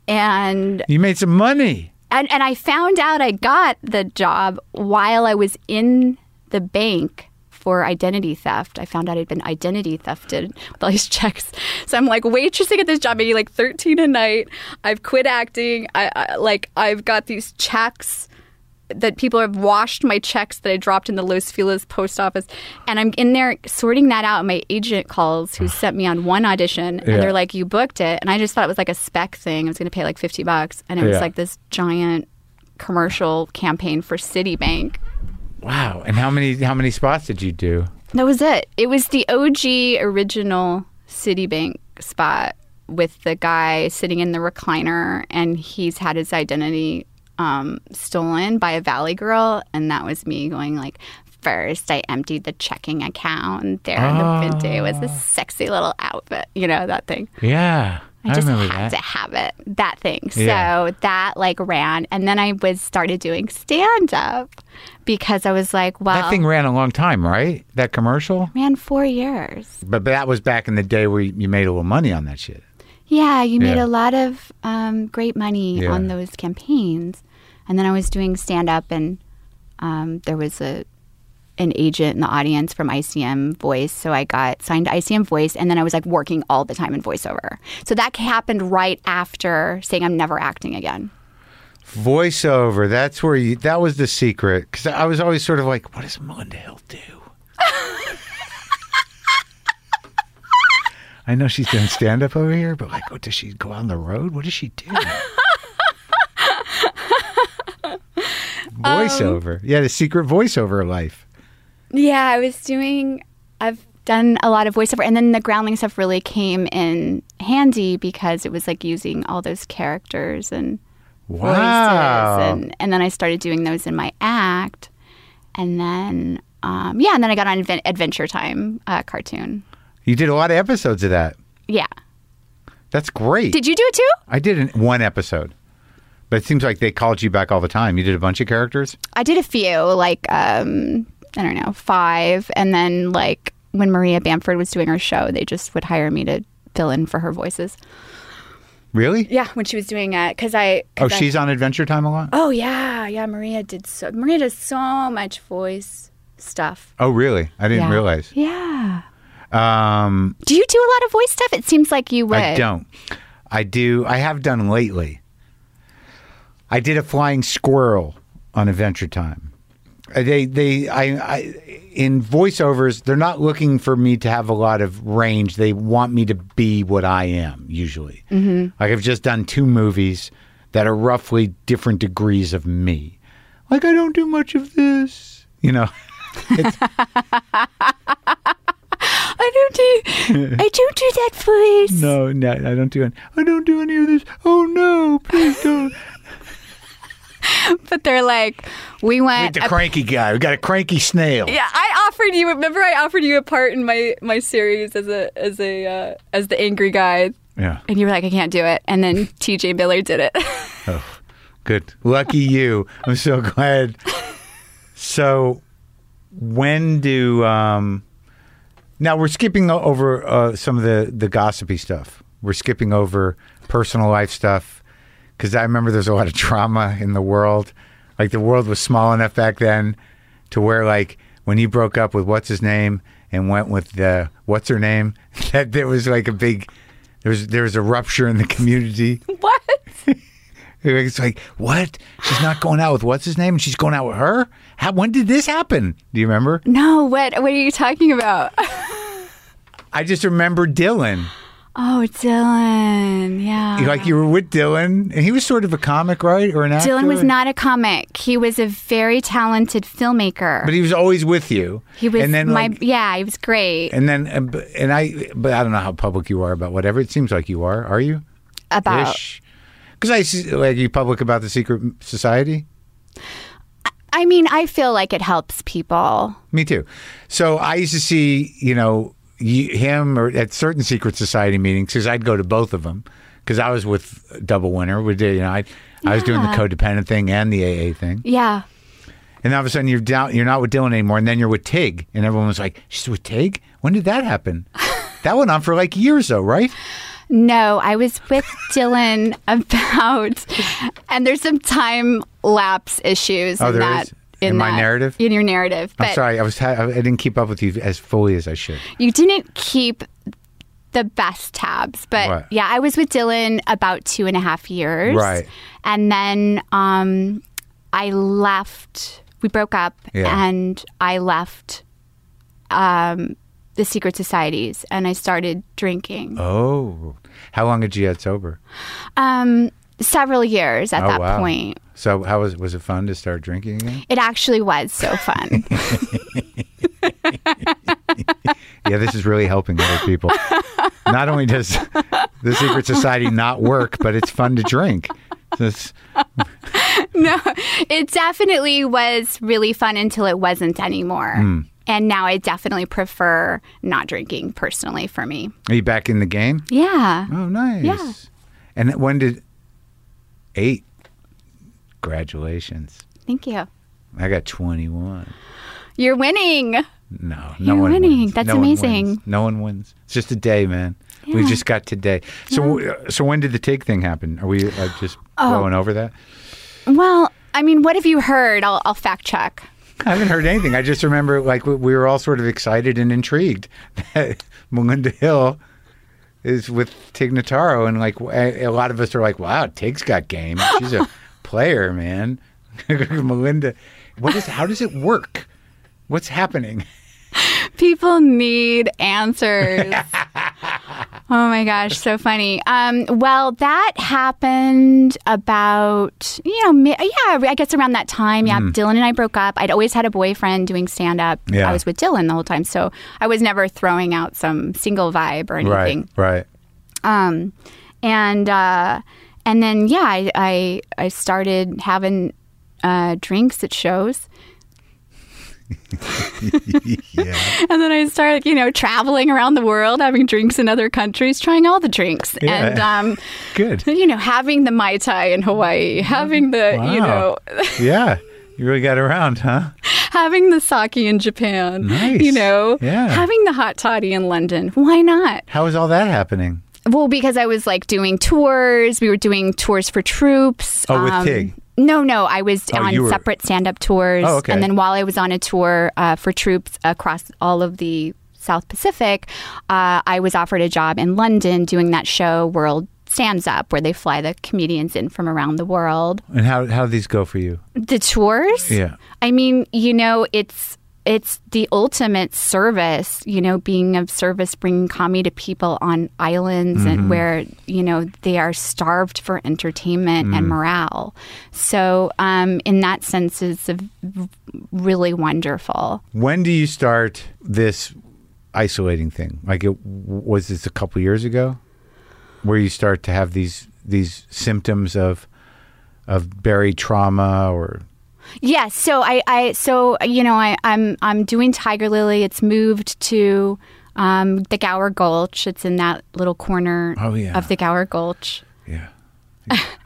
Speaker 2: And
Speaker 1: You made some money.
Speaker 2: and and I found out I got the job while I was in the bank for identity theft. I found out I'd been identity thefted with all these checks. So I'm like waitressing at this job, maybe like 13 a night. I've quit acting. I, I like I've got these checks that people have washed my checks that I dropped in the Los Feliz post office, and I'm in there sorting that out. My agent calls who sent me on one audition, and
Speaker 1: Yeah.
Speaker 2: they're like, "You booked it," and I just thought it was like a spec thing. I was going to pay like fifty bucks, and it was
Speaker 1: Yeah.
Speaker 2: like this giant commercial campaign for Citibank.
Speaker 1: Wow. And how many how many spots did you do?
Speaker 2: That was it. It was the OG original Citibank spot with the guy sitting in the recliner, and he's had his identity um, stolen by a Valley girl, and that was me going like. First, I emptied the checking account. and There in the window was this sexy little outfit, you know that thing.
Speaker 1: Yeah. I,
Speaker 2: I just
Speaker 1: remember
Speaker 2: had
Speaker 1: that.
Speaker 2: to have it, that thing. So
Speaker 1: Yeah.
Speaker 2: that like ran, and then I was started doing stand up because I was like, well,
Speaker 1: That thing ran a long time, right? That commercial?
Speaker 2: ran four years.
Speaker 1: But, but that was back in the day where you made a little money on that shit.
Speaker 2: Yeah, you made
Speaker 1: Yeah.
Speaker 2: a lot of um, great money
Speaker 1: Yeah.
Speaker 2: on those campaigns, and then I was doing stand up, and um, there was a an agent in the audience from ICM Voice, so I got signed to ICM Voice, and then I was like working all the time in voiceover. So that happened right after saying I'm never acting again.
Speaker 1: Voiceover, that's where you, that was the secret. Because I was always sort of like, what does Melinda Hill do? I know she's doing stand up over here, but like, what does she go on the road? What does she do? voiceover. yeah, the secret voiceover life.
Speaker 2: Yeah, I was doing. I've done a lot of voiceover, and then the groundling stuff really came in handy because it was like using all those characters and. voices
Speaker 1: Wow.
Speaker 2: and, and then i started doing those in my act and then um, yeah and then i got on Adven- adventure time uh, cartoon
Speaker 1: you did a lot of episodes of that.
Speaker 2: yeah
Speaker 1: That's great.
Speaker 2: did you do it too
Speaker 1: I did an, one episode, but it seems like they called you back all the time. You did a bunch of characters.
Speaker 2: i did a few like um, i don't know five and then like when maria bamford was doing her show they just would hire me to fill in for her voices
Speaker 1: Really?
Speaker 2: yeah when she was doing it because i
Speaker 1: Oh,
Speaker 2: 'cause I-
Speaker 1: she's on Adventure Time a lot.
Speaker 2: oh yeah yeah maria did so maria does so much voice stuff
Speaker 1: Oh, really? I didn't
Speaker 2: yeah.
Speaker 1: realize.
Speaker 2: yeah
Speaker 1: Um,
Speaker 2: do you do a lot of voice stuff it seems like you would
Speaker 1: I don't. I do. I have done lately. I did a flying squirrel on Adventure Time. Uh, They, they, I, I, in voiceovers, they're not looking for me to have a lot of range. They want me to be what I am usually. Mm-hmm. Like I've just done two movies that are roughly different degrees of me. Like I don't do much of this, you know.
Speaker 2: I don't do. I don't do that voice.
Speaker 1: No, no, I don't do it. I don't do any of this. Oh no, please don't.
Speaker 2: But they're like, we
Speaker 1: With
Speaker 2: went.
Speaker 1: the cranky guy. We got a cranky snail.
Speaker 2: Uh, yeah, I offered you. Remember, I offered you a part in my my series as a as a uh, as the angry guy,
Speaker 1: Yeah.
Speaker 2: and you were like, I can't do it. And then T.J. Miller did it.
Speaker 1: Oh, good. Lucky you. I'm so glad. So, when do um? Now we're skipping o- over uh, some of the the gossipy stuff. We're skipping over personal life stuff because I remember there's a lot of trauma in the world. Like the world was small enough back then to where like when you broke up with what's his name and went with the what's her name that there was like a big there was there was a rupture in the community.
Speaker 2: what?
Speaker 1: It's like, what? She's not going out with what's his name, and she's going out with her. How, when did this happen? Do you remember?
Speaker 2: No. What? What are you talking about?
Speaker 1: I just remember Dylan.
Speaker 2: Oh, Dylan. Yeah.
Speaker 1: You- Like you were with Dylan, and he was sort of a comic, right, or an actor?
Speaker 2: Dylan was not a comic. He was a very talented filmmaker.
Speaker 1: but he was always with you.
Speaker 2: he was
Speaker 1: and then
Speaker 2: my
Speaker 1: like,
Speaker 2: yeah. He was great.
Speaker 1: and then and, and I, but I don't know how public you are about whatever. It seems like you are. Are you?
Speaker 2: About
Speaker 1: Ish. Because I see- like you public about the secret society.
Speaker 2: I mean, I feel like it helps people.
Speaker 1: Me too. So I used to see, you know, y- him or at certain secret society meetings because I'd go to both of them because I was with Double Winner. We did, you know, I, I was doing the
Speaker 2: Yeah.
Speaker 1: codependent thing and the AA thing,
Speaker 2: Yeah.
Speaker 1: and all of a sudden you're down, you're not with Dylan anymore, and then you're with Tig, and everyone was like, "She's with Tig? When did that happen?" that went on for like years, though, right?
Speaker 2: No, I was with Dylan about, and there's some time lapse issues
Speaker 1: Oh,
Speaker 2: in
Speaker 1: there
Speaker 2: that.
Speaker 1: is? In my
Speaker 2: that-
Speaker 1: narrative?
Speaker 2: In your narrative. But
Speaker 1: I'm sorry, I was ha- I didn't keep up with you as fully as I should.
Speaker 2: you didn't keep the best tabs. But
Speaker 1: Right.
Speaker 2: yeah, I was with Dylan about two and a half years.
Speaker 1: Right.
Speaker 2: And then um, I left. We broke up,
Speaker 1: Yeah.
Speaker 2: and I left um, the secret societies, and I started drinking.
Speaker 1: Oh, how long had you had sober?
Speaker 2: Um, several years at
Speaker 1: Oh,
Speaker 2: that
Speaker 1: wow.
Speaker 2: point.
Speaker 1: So how was was it fun to start drinking again?
Speaker 2: It actually was so fun.
Speaker 1: Yeah, this is really helping other people. Not only does the secret society not work, but it's fun to drink. So it's-
Speaker 2: it definitely was really fun until it wasn't anymore.
Speaker 1: Hmm.
Speaker 2: And now I definitely prefer not drinking personally for me.
Speaker 1: are you back in the game?
Speaker 2: Yeah.
Speaker 1: Oh, nice.
Speaker 2: Yeah.
Speaker 1: And when did eight? Congratulations.
Speaker 2: Thank you.
Speaker 1: I got 21.
Speaker 2: You're winning.
Speaker 1: No, no
Speaker 2: You're
Speaker 1: one
Speaker 2: winning.
Speaker 1: wins.
Speaker 2: That's
Speaker 1: No one wins.
Speaker 2: amazing.
Speaker 1: No one wins. It's just a day, man. We just got today. So, uh, so when did the take thing happen? Are we uh, just
Speaker 2: Oh.
Speaker 1: going over that?
Speaker 2: Well, I mean, what have you heard? I'll, I'll fact check.
Speaker 1: I haven't heard anything. I just remember like we- we were all sort of excited and intrigued that Melinda Hill is with Tig Notaro, and like a a lot of us are like, "Wow, Tig's got game. She's a player, man." Melinda, what is? How does it work? What's happening?
Speaker 2: People need answers. oh my gosh, so funny. Um, well, that happened about, you know, mi- yeah, I guess around that time. Yeah, Dylan and I broke up. I'd always had a boyfriend doing stand up.
Speaker 1: Yeah.
Speaker 2: I was with Dylan the whole time. So I was never throwing out some single vibe or anything.
Speaker 1: right.
Speaker 2: Um, and, uh, and then, yeah, I, I, I started having uh, drinks at shows.
Speaker 1: Yeah.
Speaker 2: And then I started, you know, traveling around the world, having drinks in other countries, trying all the drinks,
Speaker 1: Yeah.
Speaker 2: and um,
Speaker 1: Good.
Speaker 2: you know, having the mai tai in Hawaii, having the you know,
Speaker 1: Wow. Yeah. You really got around, huh?
Speaker 2: having the sake in Japan,
Speaker 1: Nice.
Speaker 2: you know,
Speaker 1: Yeah.
Speaker 2: having the hot toddy in London. Why not?
Speaker 1: How is all that happening?
Speaker 2: Well, because I was like doing tours. We were doing tours for troops. Um,
Speaker 1: Oh, with Tig? Oh,
Speaker 2: No, no, I was
Speaker 1: you
Speaker 2: on
Speaker 1: were-
Speaker 2: separate stand-up tours,
Speaker 1: Oh, okay.
Speaker 2: and then while I was on a tour uh, for troops across all of the South Pacific, uh, I was offered a job in London doing that show World Stands Up, where they fly the comedians in from around the world.
Speaker 1: And how how these go for you?
Speaker 2: The tours.
Speaker 1: Yeah.
Speaker 2: I mean, you know, it's it's the ultimate service, you know, being of service, bringing comedy to people on islands
Speaker 1: Mm-hmm.
Speaker 2: and where you know they are starved for entertainment
Speaker 1: Mm.
Speaker 2: and morale. So, um, in that sense, it's a v- really wonderful.
Speaker 1: When do you start this isolating thing? Like, it was this a couple years ago, where you start to have these these symptoms of of buried trauma or
Speaker 2: Yeah. So I, I so you know, I, I'm I'm doing Tiger Lily. It's moved to. Um, the Gower Gulch. It's in that little corner
Speaker 1: Oh, yeah.
Speaker 2: of the Gower Gulch.
Speaker 1: yeah.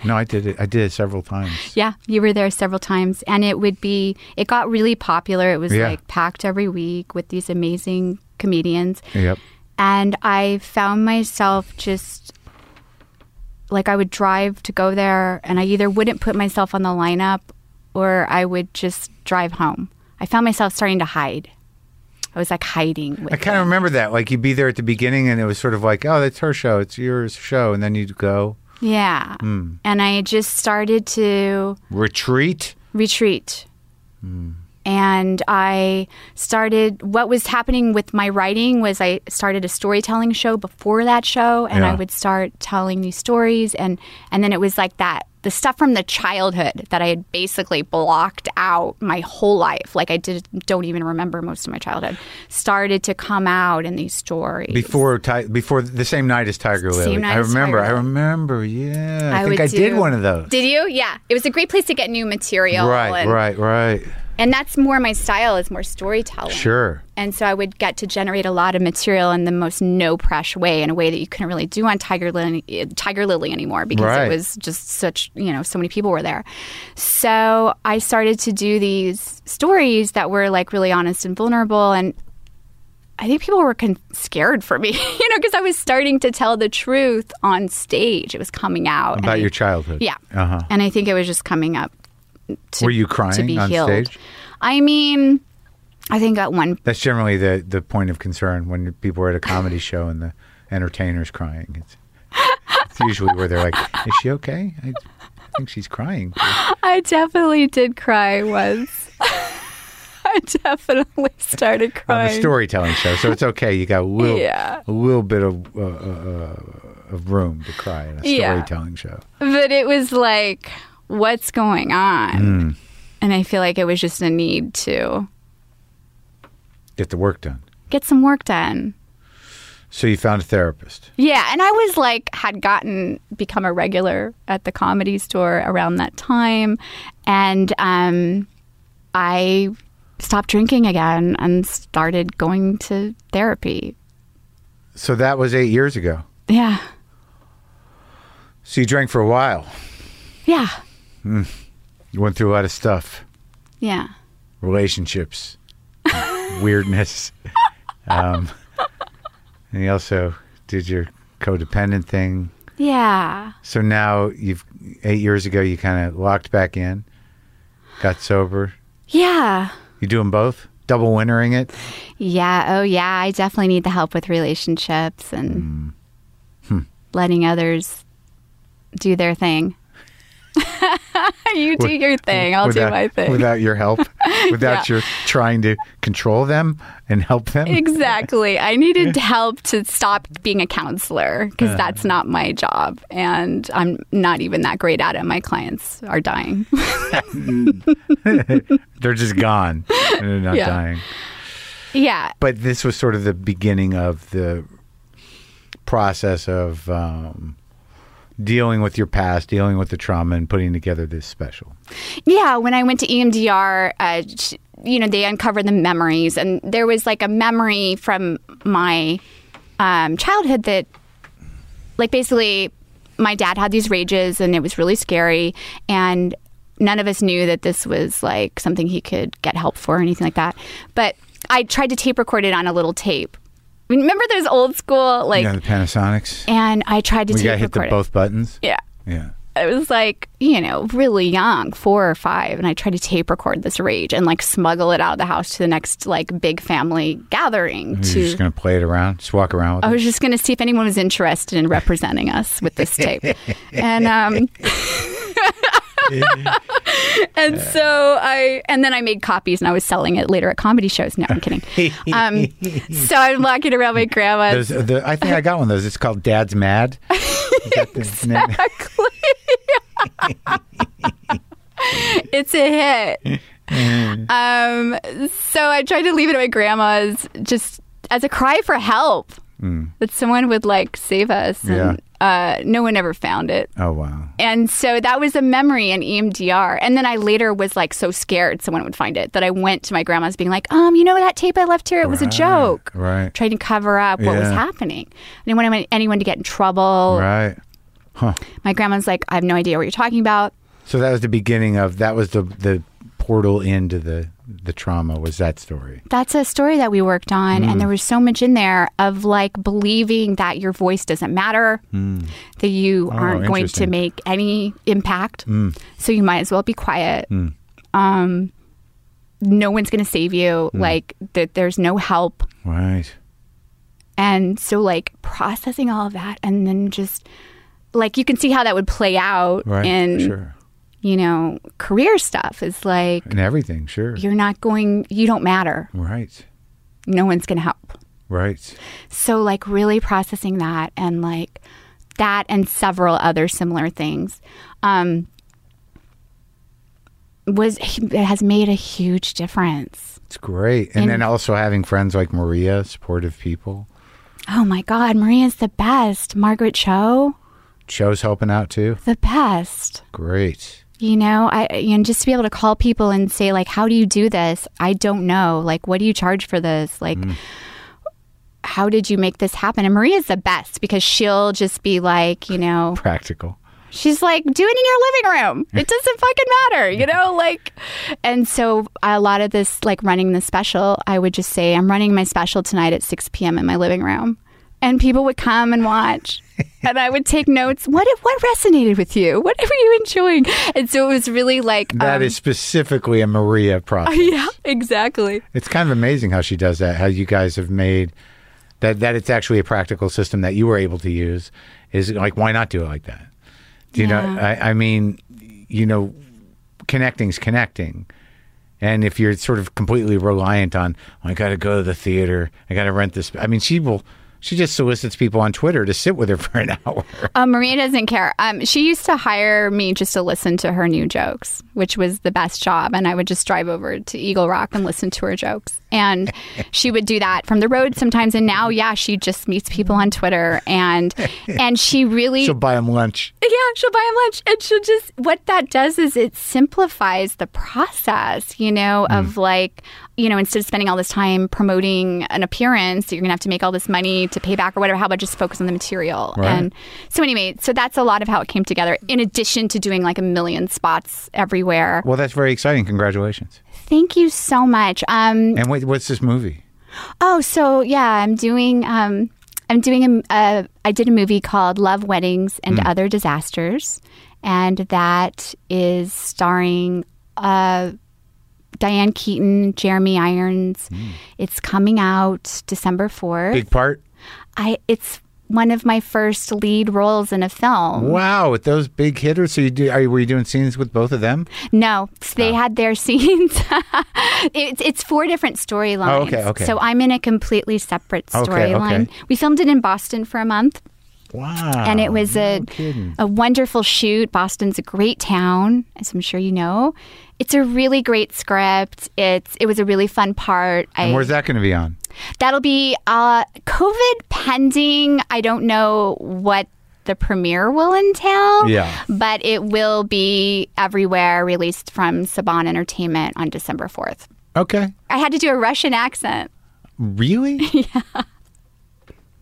Speaker 1: no, I did it. I did it several times.
Speaker 2: Yeah, you were there several times, and it would be. It got really popular. It was
Speaker 1: Yeah.
Speaker 2: like packed every week with these amazing comedians,
Speaker 1: Yep.
Speaker 2: and I found myself just like I would drive to go there, and I either wouldn't put myself on the lineup, or I would just drive home. I found myself starting to hide. I was like hiding. With
Speaker 1: I kind of remember that. Like, you'd be there at the beginning, and it was sort of like, "Oh, that's her show. It's your show," and then you'd go
Speaker 2: yeah,
Speaker 1: Hmm.
Speaker 2: and I just started to.
Speaker 1: retreat.
Speaker 2: retreat. And I started what was happening with my writing was I started a storytelling show before that show and I
Speaker 1: Yeah.
Speaker 2: would start telling these stories and and then it was like that the stuff from the childhood that I had basically blocked out my whole life like I did don't even remember most of my childhood started to come out in these stories.
Speaker 1: Before ti- before the same night as Tiger Lily,
Speaker 2: night
Speaker 1: I
Speaker 2: as
Speaker 1: remember.
Speaker 2: Tiger
Speaker 1: I
Speaker 2: Lily.
Speaker 1: remember. Yeah, I, think
Speaker 2: would
Speaker 1: I did
Speaker 2: do-
Speaker 1: one of those.
Speaker 2: Did you? Yeah. It was a great place to get new material
Speaker 1: right,
Speaker 2: and,
Speaker 1: right, right.
Speaker 2: and that's more my style is more storytelling.
Speaker 1: Sure.
Speaker 2: And so I would get to generate a lot of material in the most no pressure way, in a way that you couldn't really do on Tiger Lily, eh, Tiger Lily anymore because
Speaker 1: Right.
Speaker 2: it was just such, you know, so many people were there. So I started to do these stories that were like really honest and vulnerable. And I think people were con- scared for me, you know, because I was starting to tell the truth on stage. It was coming out. And
Speaker 1: About
Speaker 2: I-
Speaker 1: your childhood.
Speaker 2: Yeah.
Speaker 1: Uh-huh.
Speaker 2: And I think it was just coming up. To,
Speaker 1: Were you
Speaker 2: to
Speaker 1: crying
Speaker 2: be
Speaker 1: on
Speaker 2: healed.
Speaker 1: stage?
Speaker 2: I mean, I think at one
Speaker 1: That's generally the, the point of concern when people are at a comedy show and the entertainer's crying. It's, it's usually where they're like, "Is she okay? I, think she's crying.
Speaker 2: I definitely did cry once. I definitely started
Speaker 1: on
Speaker 2: crying.
Speaker 1: a storytelling show, so it's okay. You got a little,
Speaker 2: Yeah.
Speaker 1: a little bit of, uh, uh, uh, of room to cry in a
Speaker 2: Yeah.
Speaker 1: storytelling show.
Speaker 2: But it was like, what's going on? And I feel like it was just a need to
Speaker 1: Get the work done.
Speaker 2: get some work done.
Speaker 1: So you found a therapist.
Speaker 2: Yeah, and I was like, had gotten become a regular at the comedy store around that time, and um, I stopped drinking again and started going to therapy.
Speaker 1: So that was eight years ago.
Speaker 2: Yeah,
Speaker 1: So you drank for a while.
Speaker 2: yeah,
Speaker 1: You went through a lot of stuff,
Speaker 2: yeah.
Speaker 1: relationships, weirdness. Um, and you also did your codependent thing.
Speaker 2: Yeah.
Speaker 1: So now you've eight years ago you kind of locked back in, got sober.
Speaker 2: Yeah.
Speaker 1: You doing both? Double wintering it?
Speaker 2: Yeah. Oh, yeah. I definitely need the help with relationships and letting others do their thing. you do
Speaker 1: With-
Speaker 2: your thing. I'll
Speaker 1: without,
Speaker 2: do my thing.
Speaker 1: Without your help, without
Speaker 2: Yeah.
Speaker 1: your trying to control them and help them.
Speaker 2: exactly. I needed help to stop being a counselor because that's not my job. And I'm not even that great at it. My clients are dying.
Speaker 1: They're just gone and they're not
Speaker 2: Yeah.
Speaker 1: dying.
Speaker 2: yeah.
Speaker 1: But this was sort of the beginning of the process of um, dealing with your past, dealing with the trauma, and putting together this special.
Speaker 2: Yeah, when I went to E EMDR, uh, sh- you know, they uncovered the memories, and there was like a memory from my um, childhood that, like, basically, my dad had these rages, and it was really scary, and none of us knew that this was like something he could get help for or anything like that. But I tried to tape record it on a little tape. I mean, Remember those old school like,
Speaker 1: You know, the Panasonics.
Speaker 2: and I tried to
Speaker 1: We
Speaker 2: tape
Speaker 1: got hit the
Speaker 2: record
Speaker 1: both buttons.
Speaker 2: it. Yeah.
Speaker 1: Yeah.
Speaker 2: I was like, you know, really young, four or five, and I tried to tape record this rage and like smuggle it out of the house to the next like big family gathering
Speaker 1: You're
Speaker 2: to. Oh,
Speaker 1: just gonna play it around, just walk around with
Speaker 2: I
Speaker 1: it.
Speaker 2: was just going to see if anyone was interested in representing us with this tape, and um, and so I and then I made copies and I was selling it later at comedy shows. No, I'm kidding. Um, so I'm walking around my grandma's.
Speaker 1: There's, uh, the, I think I got one of those. It's called Dad's Mad. Is that the name?
Speaker 2: it's a hit. um, so I tried to leave it at my grandma's just as a cry for help
Speaker 1: Hmm.
Speaker 2: that someone would like save us. And, uh, no one ever found it.
Speaker 1: Oh wow.
Speaker 2: And so that was a memory in E EMDR. And then I later was like so scared someone would find it that I went to my grandma's being like, um, you know that tape I left here? It was a
Speaker 1: Right,
Speaker 2: joke.
Speaker 1: right.
Speaker 2: Trying to cover up what was
Speaker 1: Yeah.
Speaker 2: happening. I didn't want anyone to get in trouble.
Speaker 1: Right. Huh.
Speaker 2: My grandma's like, I have no idea what you're talking about.
Speaker 1: So that was the beginning of that was the the portal into the the trauma was that story.
Speaker 2: that's a story that we worked on and
Speaker 1: Mm.
Speaker 2: there was so much in there of like believing that your voice doesn't matter that you aren't going
Speaker 1: Mm. Oh, interesting.
Speaker 2: to
Speaker 1: Mm.
Speaker 2: make any impact so you might as well be quiet um, no one's going to save you
Speaker 1: Mm.
Speaker 2: like that there's no help
Speaker 1: Right.
Speaker 2: and so like processing all of that and then just like you can see how that would play out
Speaker 1: Right.
Speaker 2: in
Speaker 1: sure.
Speaker 2: you know career stuff is like
Speaker 1: And everything. Sure.
Speaker 2: you're not going you don't matter
Speaker 1: Right.
Speaker 2: no one's going to help
Speaker 1: Right.
Speaker 2: So, like, really processing that and like that and several other similar things um, was has made a huge difference.
Speaker 1: It's great. And,
Speaker 2: And-
Speaker 1: then also having friends like Maria, supportive people.
Speaker 2: Oh my God, Maria's the best. Margaret Cho,
Speaker 1: Joe's helping out too.
Speaker 2: the best.
Speaker 1: Great.
Speaker 2: You know, I you know, just to be able to call people and say like, "How do you do this? I don't know. Like, what do you charge for this? Like, how did you make this happen?" And Maria's the best because she'll just be like, you know,
Speaker 1: Practical.
Speaker 2: She's like, do it in your living room. It doesn't fucking matter, you know? Like, and so a lot of this, like running the special, I would just say, I'm running my special tonight at 6 p.m. in my living room. And people would come and watch. and I would take notes. What what resonated with you? What were you enjoying? And so it was really like. uh,
Speaker 1: That is specifically a Maria process.
Speaker 2: Yeah, exactly.
Speaker 1: It's kind of amazing how she does that. How you guys have made that that it's actually a practical system that you were able to use is like why not do it like that? You know,
Speaker 2: Yeah.
Speaker 1: I, I mean, you know, connecting's connecting. And if you're sort of completely reliant on, "Oh, I got to go to the theater, I got to rent this. I mean, she will, she just solicits people on Twitter to sit with her for an hour.
Speaker 2: Uh, Maria doesn't care. Um, she used to hire me just to listen to her new jokes, which was the best job. And I would just drive over to Eagle Rock and listen to her jokes. And she would do that from the road sometimes. And now, yeah, she just meets people on Twitter, and and she really
Speaker 1: She'll buy him lunch.
Speaker 2: yeah, she'll buy him lunch and she'll just what that does is it simplifies the process, you know, of like, you know, instead of spending all this time promoting an appearance that you're gonna have to make all this money to pay back or whatever, how about just focus on the material?
Speaker 1: Right.
Speaker 2: And so anyway, so that's a lot of how it came together, in addition to doing like a million spots everywhere.
Speaker 1: Well, that's very exciting. Congratulations.
Speaker 2: Thank you so much. Um
Speaker 1: And wait, what's this movie?
Speaker 2: oh so yeah, I'm doing um I'm doing a, a I did a movie called Love Weddings and
Speaker 1: Mm.
Speaker 2: Other Disasters and that is starring uh Diane Keaton, Jeremy Irons. It's coming out December 4th.
Speaker 1: Mm. Big part?
Speaker 2: I it's one of my first lead roles in a film.
Speaker 1: Wow, with those big hitters. So you do? Are you, were you doing scenes with both of them?
Speaker 2: No, so
Speaker 1: oh.
Speaker 2: they had their scenes. it's it's four different storylines.
Speaker 1: Oh, okay, okay.
Speaker 2: So I'm in a completely separate
Speaker 1: Okay, okay.
Speaker 2: storyline. We filmed it in Boston for a month.
Speaker 1: Wow.
Speaker 2: and it was a a wonderful shoot. Boston's a great town, as I'm sure you know. It's a really great script. It's it was a really fun part. I,
Speaker 1: And where's that going to be on?
Speaker 2: that'll be uh, COVID pending. I don't know what the premiere will entail.
Speaker 1: Yeah.
Speaker 2: but it will be everywhere. Released from Saban Entertainment on December fourth.
Speaker 1: Okay.
Speaker 2: I had to do a Russian accent.
Speaker 1: Really? yeah.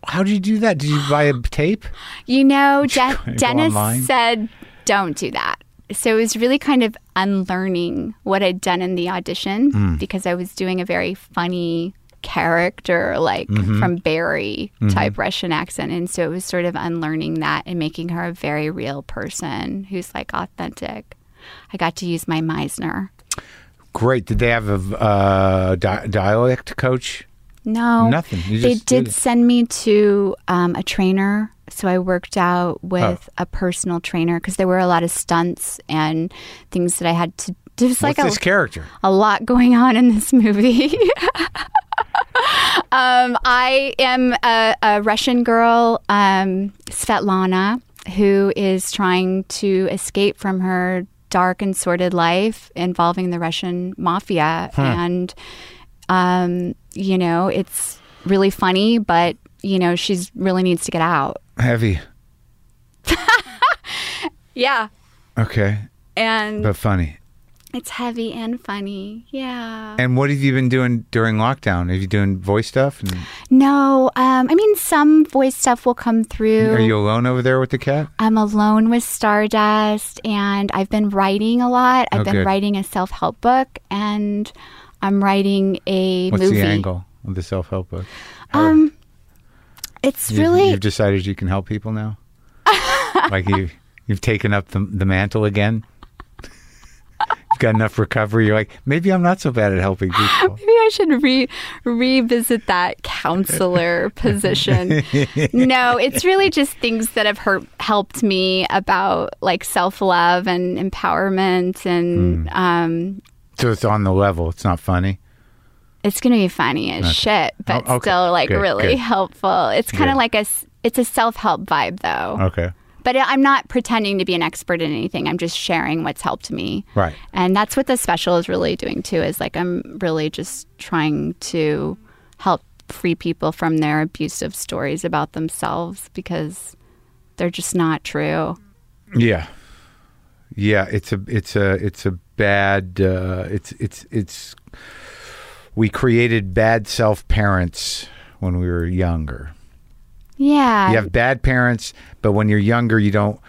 Speaker 1: How did you do that? Did you buy a tape?
Speaker 2: You know, De-
Speaker 1: Go
Speaker 2: Dennis
Speaker 1: online?
Speaker 2: said, don't do that. So it was really kind of unlearning what I'd done in the audition
Speaker 1: Hmm.
Speaker 2: because I was doing a very funny character, like
Speaker 1: Mm-hmm.
Speaker 2: from Barry type Russian accent. And so it was sort of unlearning that and making her a very real person who's like authentic. I got to use my Meisner.
Speaker 1: Great. Did they have a uh, di- dialect coach?
Speaker 2: No,
Speaker 1: Nothing. You
Speaker 2: they
Speaker 1: just did
Speaker 2: did
Speaker 1: it.
Speaker 2: send me to um, a trainer, so I worked
Speaker 1: Oh.
Speaker 2: out with a personal trainer because there were a lot of stunts and things that I had to. There was like
Speaker 1: What's
Speaker 2: a,
Speaker 1: this character?
Speaker 2: a lot going on in this movie. um, I am a, a Russian girl, um, Svetlana, who is trying to escape from her dark and sordid life involving the Russian mafia. And, um, you know, it's really funny, but, you know, she's really needs to get out.
Speaker 1: Heavy.
Speaker 2: Yeah.
Speaker 1: Okay,
Speaker 2: And
Speaker 1: but funny.
Speaker 2: it's heavy and funny. Yeah.
Speaker 1: And what have you been doing during lockdown? Have you doing voice stuff? And
Speaker 2: No, um, I mean some voice stuff will come through.
Speaker 1: are you alone over there with the cat?
Speaker 2: I'm alone with Stardust, and I've been writing a lot. I've
Speaker 1: Oh,
Speaker 2: been
Speaker 1: good.
Speaker 2: writing a self help book, and I'm writing a
Speaker 1: What's
Speaker 2: movie.
Speaker 1: the angle of the self help book?
Speaker 2: Um, it's
Speaker 1: You've-
Speaker 2: really
Speaker 1: You've decided you can help people now. like you, you've taken up the the mantle again. you've got enough recovery. You're like, maybe I'm not so bad at helping people.
Speaker 2: maybe I should re revisit that counselor position. No, it's really just things that have hurt, helped me about like self love and empowerment, and
Speaker 1: Hmm.
Speaker 2: um,
Speaker 1: so it's on the level. It's not funny.
Speaker 2: It's gonna be funny as shit, but
Speaker 1: Oh, okay.
Speaker 2: still like
Speaker 1: Good,
Speaker 2: really
Speaker 1: good.
Speaker 2: helpful. It's kind of
Speaker 1: Good. Uh,
Speaker 2: like a s- it's a self help vibe though.
Speaker 1: Okay,
Speaker 2: But I'm not pretending to be an expert in anything. I'm just sharing what's helped me,
Speaker 1: right.
Speaker 2: and that's what the special is really doing too. Is like I'm really just trying to help free people from their abusive stories about themselves because they're just not true.
Speaker 1: Yeah, yeah. It's a it's a it's a bad. Uh, it's it's it's. We created bad self parents when we were younger.
Speaker 2: Yeah.
Speaker 1: You have bad parents, but when you're younger, you don't.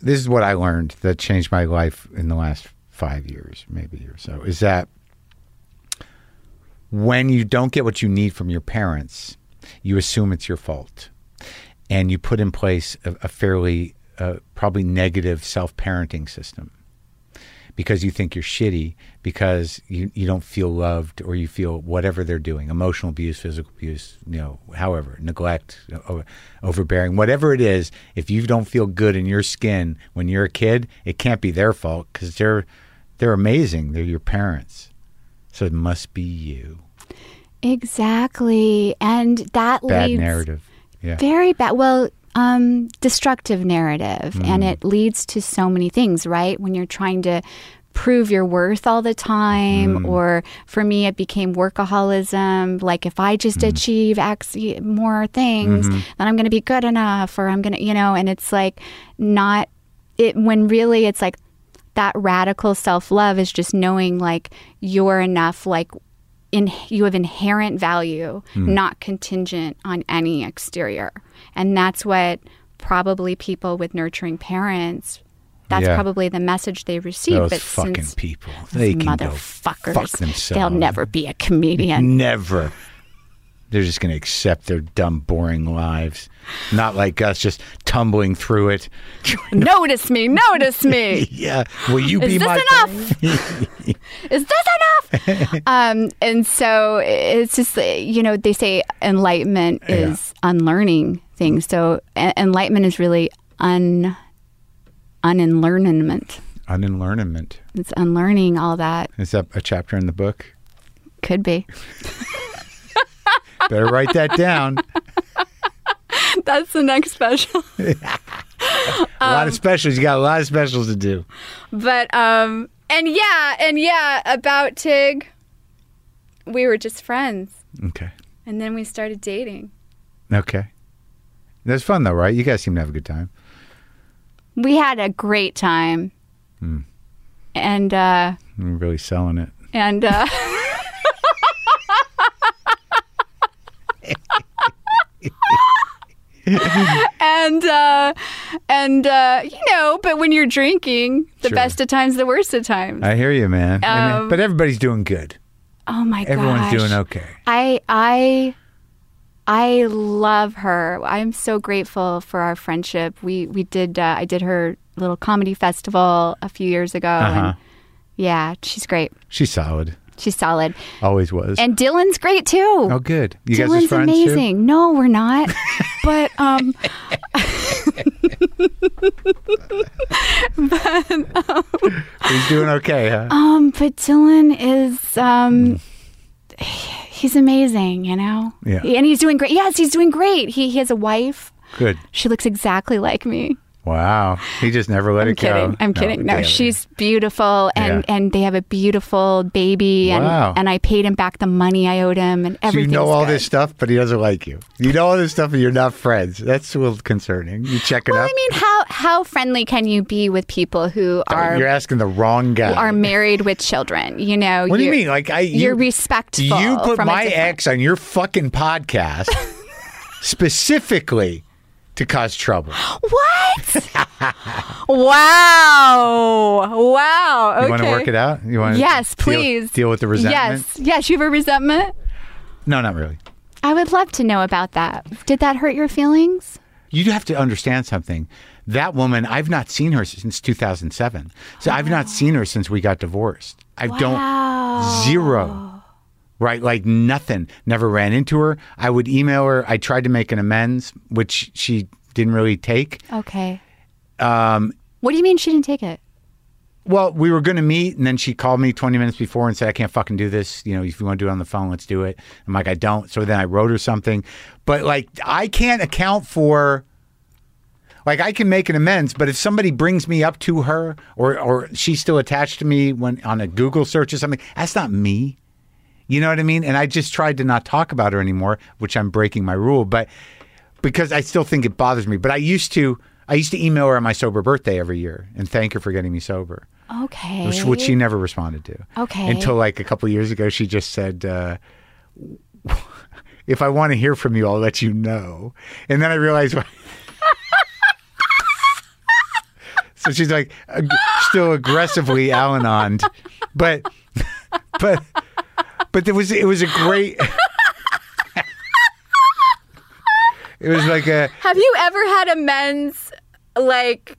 Speaker 1: This is what I learned that changed my life in the last five years, maybe or so, is that when you don't get what you need from your parents, you assume it's your fault. And you put in place a, a fairly, uh, probably negative self parenting system because you think you're shitty because you, you don't feel loved or you feel whatever they're doing emotional abuse physical abuse you know however neglect o- overbearing whatever it is if you don't feel good in your skin when you're a kid it can't be their fault because they're they're amazing they're your parents so it must be you
Speaker 2: Exactly. And that
Speaker 1: bad
Speaker 2: leads
Speaker 1: narrative yeah
Speaker 2: very bad. Well, um, destructive narrative, and it leads to so many things. Right when you're trying to prove your worth all the time, or for me, it became workaholism. Like if I just achieve X y- more things, then I'm going to be good enough, or I'm going to, you know. And it's like not it when really it's like that radical self love is just knowing like you're enough, like in you have inherent value,
Speaker 1: Hmm.
Speaker 2: not contingent on any exterior, and that's what probably people with nurturing parents. That's
Speaker 1: Yeah.
Speaker 2: probably the message they receive.
Speaker 1: those
Speaker 2: but
Speaker 1: fucking
Speaker 2: since
Speaker 1: people they can go
Speaker 2: motherfuckers,
Speaker 1: fuck themselves
Speaker 2: they'll never be a comedian.
Speaker 1: Never. They're just going to accept their dumb, boring lives. Not like us, just tumbling through it.
Speaker 2: notice me, notice me.
Speaker 1: Yeah. Will you be
Speaker 2: Is this
Speaker 1: my
Speaker 2: enough? Is this enough? um, and so it's just uh, you know they say enlightenment is unlearning things. So en- enlightenment is really un unlearnment.
Speaker 1: unenlearnment?
Speaker 2: It's unlearning all that
Speaker 1: Is that a chapter in the book?
Speaker 2: could be.
Speaker 1: Better write that down.
Speaker 2: That's the next special.
Speaker 1: a
Speaker 2: Um,
Speaker 1: lot of specials. You got a lot of specials to do.
Speaker 2: But um, and yeah, and yeah, about Tig, we were just friends,
Speaker 1: Okay.
Speaker 2: and then we started dating.
Speaker 1: Okay. That's fun, though, right? You guys seem to have a good time.
Speaker 2: We had a great time, Hmm. and uh,
Speaker 1: You're really selling it.
Speaker 2: and uh, and uh, and uh, you know, but when you're drinking, the
Speaker 1: Sure.
Speaker 2: best of times, the worst of times.
Speaker 1: I hear you, man. And-
Speaker 2: Um,
Speaker 1: but everybody's doing good.
Speaker 2: oh my god,
Speaker 1: Everyone's doing okay.
Speaker 2: I I I love her. I'm so grateful for our friendship. We we did uh, I did her little comedy festival a few years ago
Speaker 1: Uh-huh.
Speaker 2: and yeah, she's great.
Speaker 1: She's solid.
Speaker 2: She's solid.
Speaker 1: Always was.
Speaker 2: And Dylan's great too.
Speaker 1: oh, good. You guys are
Speaker 2: Dylan's
Speaker 1: friends too?
Speaker 2: amazing. No, we're not. but um
Speaker 1: He's doing okay, huh?
Speaker 2: um but Dylan is um he's amazing, you know.
Speaker 1: Yeah.
Speaker 2: And he's doing great. Yes, he's doing great. He he has a wife.
Speaker 1: Good.
Speaker 2: She looks exactly like me.
Speaker 1: Wow. He just never let
Speaker 2: I'm
Speaker 1: it
Speaker 2: kidding.
Speaker 1: go.
Speaker 2: I'm kidding. No,
Speaker 1: damn it.
Speaker 2: she's beautiful, and
Speaker 1: Yeah.
Speaker 2: and they have a beautiful baby, and
Speaker 1: Wow.
Speaker 2: and I paid him back the money I owed him, and
Speaker 1: So you
Speaker 2: everything.
Speaker 1: know all this stuff, but he doesn't like you. You know all this stuff, and you're not friends. That's a little concerning. You check it
Speaker 2: Well,
Speaker 1: up.
Speaker 2: I mean, how how friendly can you be with people who
Speaker 1: you're
Speaker 2: are
Speaker 1: asking the wrong guy.
Speaker 2: are married with children? You know.
Speaker 1: what do you
Speaker 2: you're-
Speaker 1: mean? Like I, you,
Speaker 2: You're respectful.
Speaker 1: You put
Speaker 2: from a
Speaker 1: my
Speaker 2: different-
Speaker 1: ex on your fucking podcast specifically to cause trouble.
Speaker 2: What? wow! Wow! Okay.
Speaker 1: You want to work it out? You want?
Speaker 2: Yes,
Speaker 1: deal,
Speaker 2: please.
Speaker 1: Deal with the resentment.
Speaker 2: Yes. Yes. You have a resentment.
Speaker 1: No, not really.
Speaker 2: I would love to know about that. Did that hurt your feelings?
Speaker 1: You have to understand something. That woman, I've not seen her since 2007. So I've not seen her since we got divorced. I don't zero. Right, like nothing. Never ran into her. I would email her. I tried to make an amends, which she didn't really take.
Speaker 2: Okay.
Speaker 1: Um,
Speaker 2: what do you mean she didn't take it?
Speaker 1: Well, we were going to meet, and then she called me 20 minutes before and said, I can't fucking do this. You know, if you want to do it on the phone, let's do it. I'm like, I don't. So then I wrote her something. But like, I can't account for, like, I can make an amends, but if somebody brings me up to her or, or she's still attached to me when on a Google search or something, that's not me. You know what I mean? And I just tried to not talk about her anymore, which I'm breaking my rule, but because I still think it bothers me. But I used to. I used to email her on my sober birthday every year and thank her for getting me sober
Speaker 2: Okay.
Speaker 1: which, which she never responded to.
Speaker 2: Okay.
Speaker 1: Until like a couple of years ago, she just said, uh, "If I want to hear from you, I'll let you know." And then I realized. Why. so she's like, ag- still aggressively Al-Anoned, but, but, but there was it was a great. it was like a
Speaker 2: Have you ever had amends like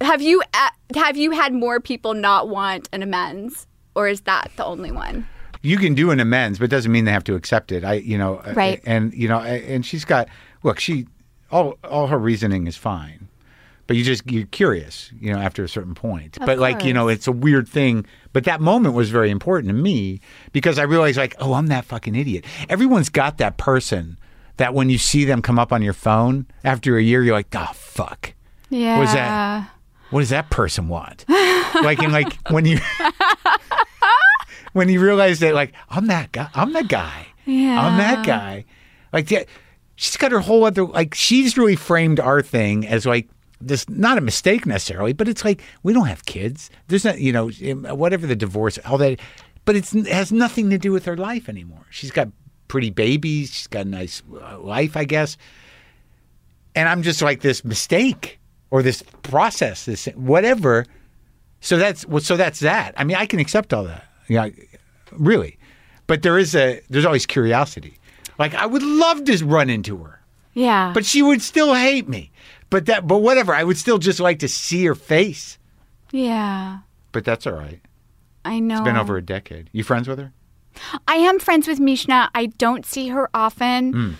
Speaker 2: Have you uh, have you had more people not want an amends, or is that the only one?
Speaker 1: you can do an amends, but it doesn't mean they have to accept it. I, you know, uh,
Speaker 2: Right.
Speaker 1: And you know, a- and she's got look, she all all her reasoning is fine, but you just you're curious, you know, after a certain point. but like you know, it's a weird thing. But that moment was very important to me because I realized like, oh, I'm that fucking idiot. Everyone's got that person that when you see them come up on your phone after a year, you're like, oh fuck.
Speaker 2: Yeah.
Speaker 1: What is that? What does that person want? like and like when you when you realize that like I'm that guy, I'm that guy, I'm that guy. Like yeah, she's got her whole other like she's really framed our thing as like this not a mistake necessarily, but it's like we don't have kids. There's not you know um, whatever the divorce all that, but it's, it has nothing to do with her life anymore. She's got pretty babies. She's got a nice uh, life, I guess and I'm just like this mistake or this process, this whatever. So that's well, so that's that. I mean, I can accept all that, yeah, really. But there is a there's always curiosity. Like I would love to run into her,
Speaker 2: Yeah.
Speaker 1: but she would still hate me. But that but whatever, I would still just like to see her face.
Speaker 2: yeah.
Speaker 1: But that's all right.
Speaker 2: I know.
Speaker 1: Been over a decade. You friends with her?
Speaker 2: I am friends with Mishna. I don't see her often
Speaker 1: Hmm.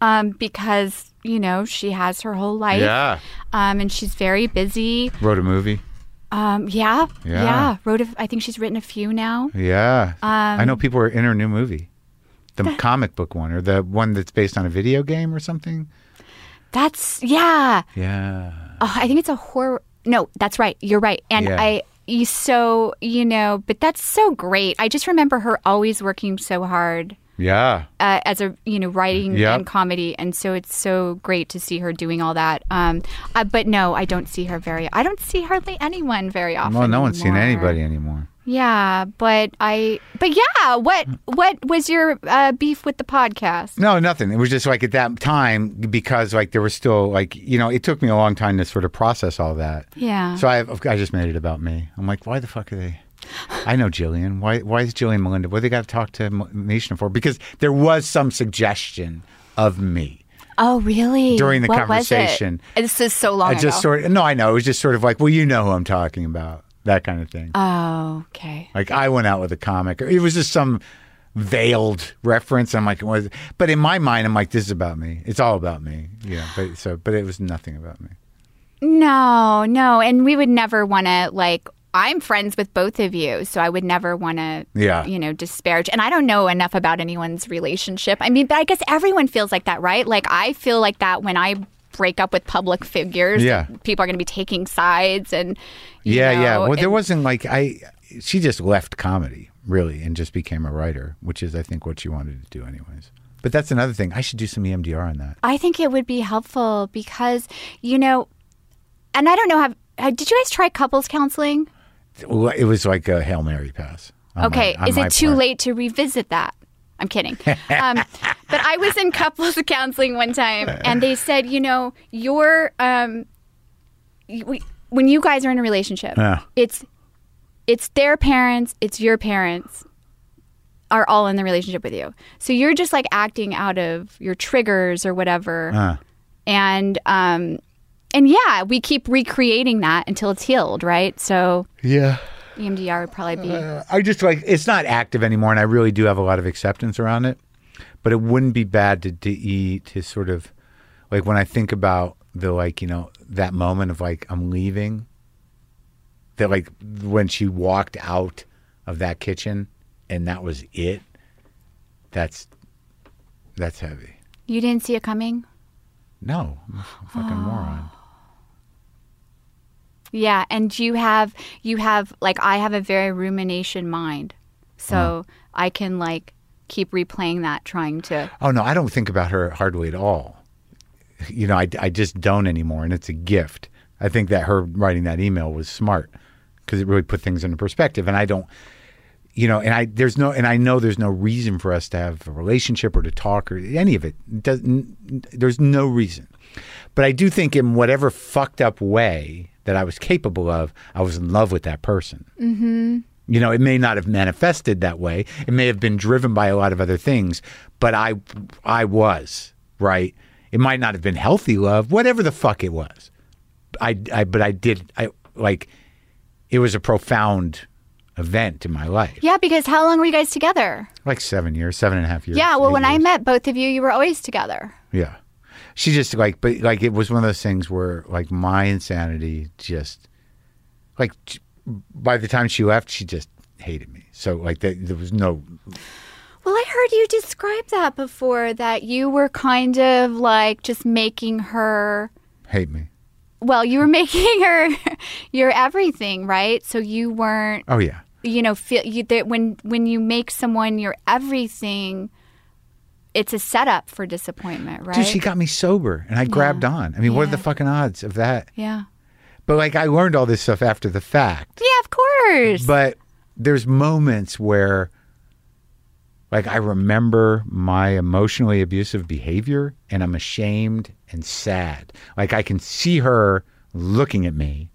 Speaker 2: um, because, you know, she has her whole life. Um, and she's very busy.
Speaker 1: Wrote a movie.
Speaker 2: Um, yeah,
Speaker 1: Yeah.
Speaker 2: yeah. Wrote. A, I think she's written a few now.
Speaker 1: Yeah. I know people are in her new movie. The comic book one or the one that's based on a video game or something.
Speaker 2: That's yeah.
Speaker 1: Yeah.
Speaker 2: Oh, I think it's a horror. No, that's right. You're right. And
Speaker 1: Yeah.
Speaker 2: I. You so you know, but that's so great. I just remember her always working so hard
Speaker 1: Yeah.
Speaker 2: uh, as a you know writing
Speaker 1: Yep.
Speaker 2: and comedy, and so it's so great to see her doing all that. Um, uh, but no, I don't see her very. I don't see hardly anyone very often.
Speaker 1: Well, no one's seen
Speaker 2: anymore.
Speaker 1: anybody anymore.
Speaker 2: Yeah, but I. But yeah, what what was your uh, beef with the podcast?
Speaker 1: No, nothing. It was just like at that time because like there was still like you know it took me a long time to sort of process all that.
Speaker 2: Yeah.
Speaker 1: So I I just made it about me. I'm like, why the fuck are they? I know Jillian. Why why is Jillian Melinda? What do they got to talk to M- Nation for? Because there was some suggestion of me.
Speaker 2: Oh, really?
Speaker 1: During the
Speaker 2: What was it?
Speaker 1: conversation.
Speaker 2: This is so long
Speaker 1: Oh, I just
Speaker 2: ago.
Speaker 1: sort of no, I know. It was just sort of like, well, you know who I'm talking about, that kind of thing.
Speaker 2: oh, okay.
Speaker 1: Like I went out with a comic. It was just some veiled reference. I'm like, what is it? but in my mind, I'm like, this is about me. It's all about me. Yeah. But so, but it was nothing about me.
Speaker 2: No, no, and we would never want to like. I'm friends with both of you, so I would never want to,
Speaker 1: Yeah.
Speaker 2: you know, disparage. And I don't know enough about anyone's relationship. I mean, but I guess everyone feels like that, right? Like I feel like that when I break up with public figures.
Speaker 1: Yeah.
Speaker 2: people are going to be taking sides, and you
Speaker 1: yeah, yeah.
Speaker 2: know,
Speaker 1: Well, there
Speaker 2: and-
Speaker 1: wasn't like I. She just left comedy really and just became a writer, which is I think what she wanted to do anyways. But that's another thing. I should do some E EMDR on that.
Speaker 2: I think it would be helpful because you know, and I don't know. Have uh, did you guys try couples counseling?
Speaker 1: Well, It was like a hail mary pass. on my-
Speaker 2: Okay,
Speaker 1: on
Speaker 2: is
Speaker 1: my
Speaker 2: it too
Speaker 1: part.
Speaker 2: late to revisit that? I'm kidding. Um, but I was in couples counseling one time, and they said, you know, your um, y- we- when you guys are in a relationship,
Speaker 1: Yeah.
Speaker 2: it's it's their parents, it's your parents are all in the relationship with you, so you're just like acting out of your triggers or whatever,
Speaker 1: Uh,
Speaker 2: and um, and yeah, we keep recreating that until it's healed, right? So E
Speaker 1: yeah.
Speaker 2: EMDR would probably be.
Speaker 1: Uh, I just like it's not active anymore, and I really do have a lot of acceptance around it. But it wouldn't be bad to to, eat, to sort of like when I think about the like you know that moment of like I'm leaving. That like when she walked out of that kitchen, and that was it. That's that's heavy.
Speaker 2: You didn't see it coming.
Speaker 1: No, I'm a fucking moron.
Speaker 2: Yeah, and you have you have like I have a very rumination mind. So I can like keep replaying that trying to
Speaker 1: Oh no, I don't think about her hardly at all. You know, I, I just don't anymore, and it's a gift. I think that her writing that email was smart because it really put things into perspective. And I don't, you know, and I there's no, and I know there's no reason for us to have a relationship or to talk or any of it. it doesn't there's no reason, but I do think in whatever fucked up way that I was capable of, I was in love with that person. You know, it may not have manifested that way. It may have been driven by a lot of other things, but I I was, right? It might not have been healthy love, whatever the fuck it was. I, I but I did I like it was a profound event in my life.
Speaker 2: Yeah, because how long were you guys together?
Speaker 1: Like seven years, seven and a half years.
Speaker 2: Yeah, well,
Speaker 1: eight
Speaker 2: when I
Speaker 1: years.
Speaker 2: met both of you, you were always together.
Speaker 1: yeah, she just like but like it was one of those things where like my insanity just like t- by the time she left, she just hated me. So like that, there was no
Speaker 2: Well, I heard you describe that before that you were kind of like just making her,
Speaker 1: hate me.
Speaker 2: well, you were making her your everything, right? So you weren't,
Speaker 1: Oh yeah,
Speaker 2: you know, feel you, that when when you make someone your everything, it's a setup for disappointment, right?
Speaker 1: dude, she got me sober, and I grabbed on. I mean, what are
Speaker 2: Yeah.
Speaker 1: the fucking odds of that?
Speaker 2: yeah.
Speaker 1: But like I learned all this stuff after the fact.
Speaker 2: Yeah, of course.
Speaker 1: But there's moments where, like, I remember my emotionally abusive behavior and I'm ashamed and sad. Like, I can see her looking at me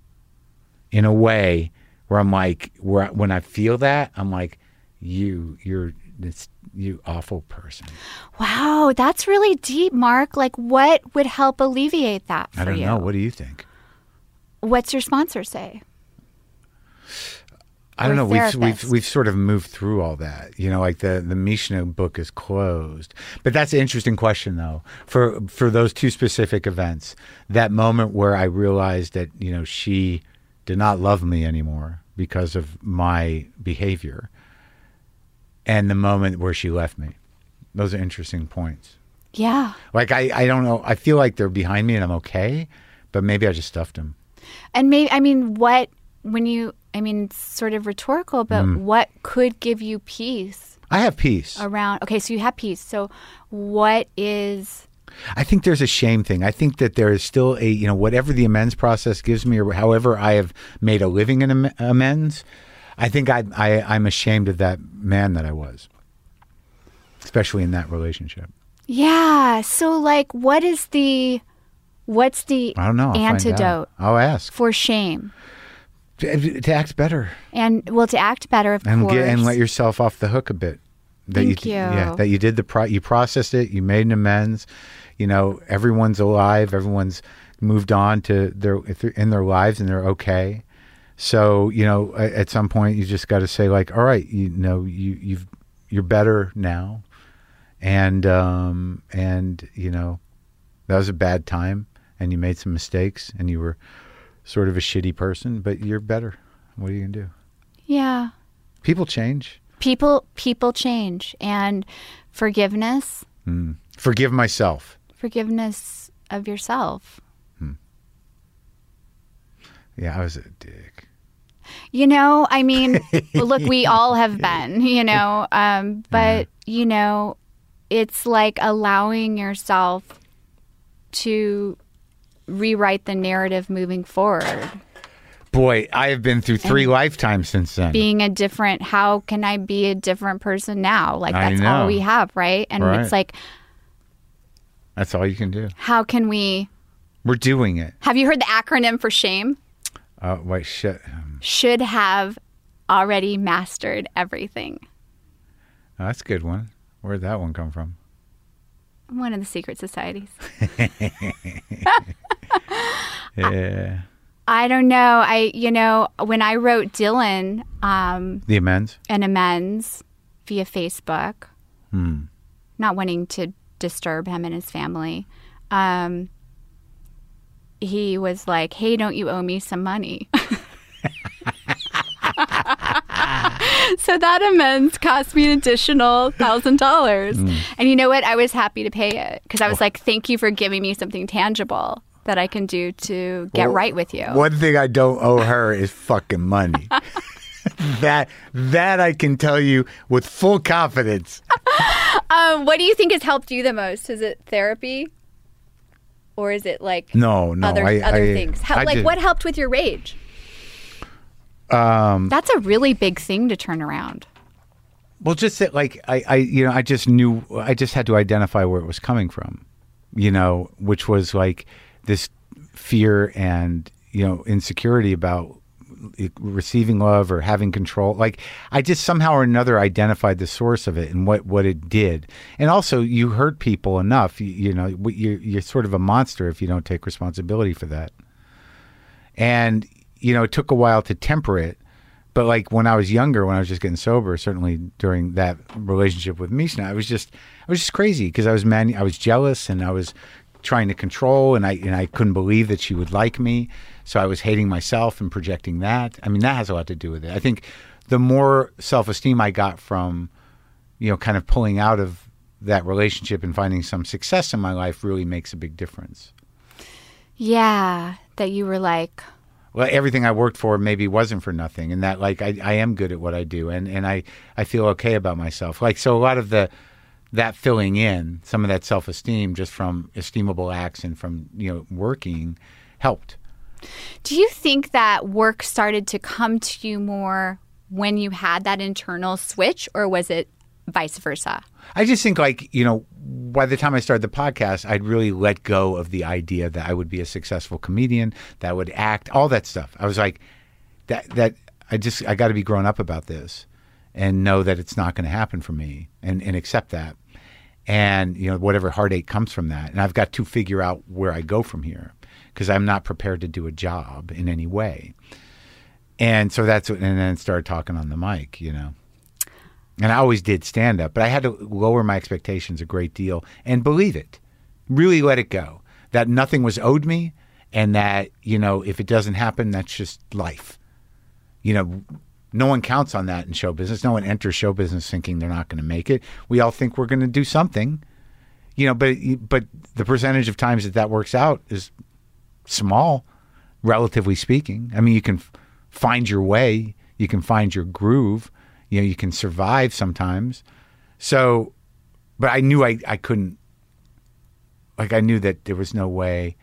Speaker 1: in a way where I'm like, where when I feel that, I'm like, you, you're this, you awful person.
Speaker 2: wow, that's really deep, Mark. Like, what would help alleviate that for
Speaker 1: I don't
Speaker 2: you?
Speaker 1: know. What do you think?
Speaker 2: What's your sponsor say?
Speaker 1: I don't
Speaker 2: Or
Speaker 1: know. We've, we've
Speaker 2: therapist.
Speaker 1: we've sort of moved through all that. You know, like the the Mishna book is closed. But that's an interesting question, though. For for those two specific events, that moment where I realized that you know she did not love me anymore because of my behavior, and the moment where she left me, those are interesting points.
Speaker 2: Yeah.
Speaker 1: Like I I don't know. I feel like they're behind me and I'm okay, but maybe I just stuffed them.
Speaker 2: And maybe, I mean, what, when you, I mean, it's sort of rhetorical, but
Speaker 1: Mm.
Speaker 2: what could give you peace
Speaker 1: I have peace.
Speaker 2: around? Okay, so you have peace. So what is,
Speaker 1: I think there's a shame thing. I think that there is still a, you know, whatever the amends process gives me or however I have made a living in am- amends, I think I, I, I'm ashamed of that man that I was, especially in that relationship.
Speaker 2: yeah. So, like, what is the, what's the
Speaker 1: I don't know. I'll find out.
Speaker 2: antidote
Speaker 1: I'll ask
Speaker 2: for shame?
Speaker 1: to, to act better
Speaker 2: And, well, to act better, of
Speaker 1: and
Speaker 2: course.
Speaker 1: get and let yourself off the hook a bit. That
Speaker 2: Thank
Speaker 1: you,
Speaker 2: you.
Speaker 1: Yeah, that you did the pro, you processed it, you made an amends. You know, everyone's alive, everyone's moved on to their if they're in their lives and they're okay. So you know, a- at some point, you just got to say like, all right, you know, you you've you're better now, and um and you know, that was a bad time, and you made some mistakes, and you were sort of a shitty person, but you're better. What are you gonna do?
Speaker 2: yeah.
Speaker 1: People change.
Speaker 2: People, people change. And forgiveness,
Speaker 1: Forgive myself.
Speaker 2: forgiveness of yourself.
Speaker 1: Yeah, I was a dick.
Speaker 2: You know, I mean, look, we all have been, you know, um, but, you know, it's like allowing yourself to rewrite the narrative moving forward.
Speaker 1: Boy, I have been through three lifetimes since then.
Speaker 2: Being a different, how can I be a different person now? Like,
Speaker 1: I
Speaker 2: that's
Speaker 1: know.
Speaker 2: all we have, right? And
Speaker 1: Right.
Speaker 2: it's like,
Speaker 1: That's all you can do.
Speaker 2: how can we?
Speaker 1: We're doing it.
Speaker 2: Have you heard the acronym for shame?
Speaker 1: Uh, wait, shit. Um,
Speaker 2: Should have already mastered everything.
Speaker 1: oh, that's a good one. Where'd that one come from?
Speaker 2: One of the secret societies. Uh,
Speaker 1: Yeah.
Speaker 2: I don't know. I, you know, when I wrote Dylan um,
Speaker 1: the amends.
Speaker 2: an amends via Facebook, not wanting to disturb him and his family, um, he was like, "Hey, don't you owe me some money?" so that amends cost me an additional thousand dollars, and you know what? I was happy to pay it because I was like, "Thank you for giving me something tangible." That I can do to get right with you.
Speaker 1: One thing I don't owe her is fucking money. that that I can tell you with full confidence.
Speaker 2: Um, what do you think has helped you the most? Is it therapy, or is it like
Speaker 1: No, no.
Speaker 2: other
Speaker 1: I,
Speaker 2: other
Speaker 1: I-
Speaker 2: things? How,
Speaker 1: I
Speaker 2: like
Speaker 1: did-
Speaker 2: what helped with your rage? Um, that's a really big thing to turn around.
Speaker 1: Well, just that, like I, I, you know, I just knew, I just had to identify where it was coming from, you know, which was like this fear and you know insecurity about it- receiving love or having control. Like I just somehow or another identified the source of it and what what it did. And also, you hurt people enough, you, you know, you- you're you're sort of a monster if you don't take responsibility for that. And, you know, it took a while to temper it. But like when I was younger, when I was just getting sober, certainly during that relationship with Misha, I was just I was just crazy because I was man I was jealous and I was trying to control and I and I couldn't believe that she would like me. So I was hating myself and projecting that. I mean, that has a lot to do with it. I think the more self-esteem I got from you know, kind of pulling out of that relationship and finding some success in my life really makes a big difference.
Speaker 2: Yeah, that you were like,
Speaker 1: Well, everything I worked for maybe wasn't for nothing, and that like I, I am good at what I do, and and I I feel okay about myself. Like so, a lot of the that filling in, some of that self esteem, just from esteemable acts and from you know working, helped.
Speaker 2: do you think that work started to come to you more when you had that internal switch, or was it vice versa?
Speaker 1: I just think like, you know, by the time I started the podcast, I'd really let go of the idea that I would be a successful comedian, that I would act, all that stuff. I was like that that I just I got to be grown up about this and know that it's not going to happen for me and and accept that. And, you know, whatever heartache comes from that. And I've got to figure out where I go from here because I'm not prepared to do a job in any way. And so that's what, and then started talking on the mic, you know. And I always did stand up, but I had to lower my expectations a great deal and believe it. Really let it go. That nothing was owed me and that, you know, if it doesn't happen, that's just life. You know, no one counts on that in show business. No one enters show business thinking they're not going to make it. We all think we're going to do something. You know, but but the percentage of times that that works out is small, relatively speaking. I mean, you can f- find your way, you can find your groove, you know, you can survive sometimes. So, but I knew I, I couldn't, like, I knew that there was no way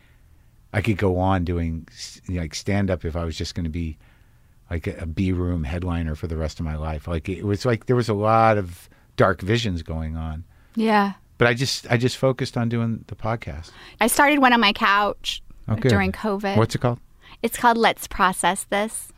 Speaker 1: I could go on doing s- you know, like stand up if I was just going to be like a, a B room headliner for the rest of my life. Like, it was like there was a lot of dark visions going on.
Speaker 2: Yeah.
Speaker 1: But I just, I just focused on doing the podcast.
Speaker 2: I started one on my couch
Speaker 1: Okay.
Speaker 2: during COVID.
Speaker 1: What's it called?
Speaker 2: It's called Let's Process This.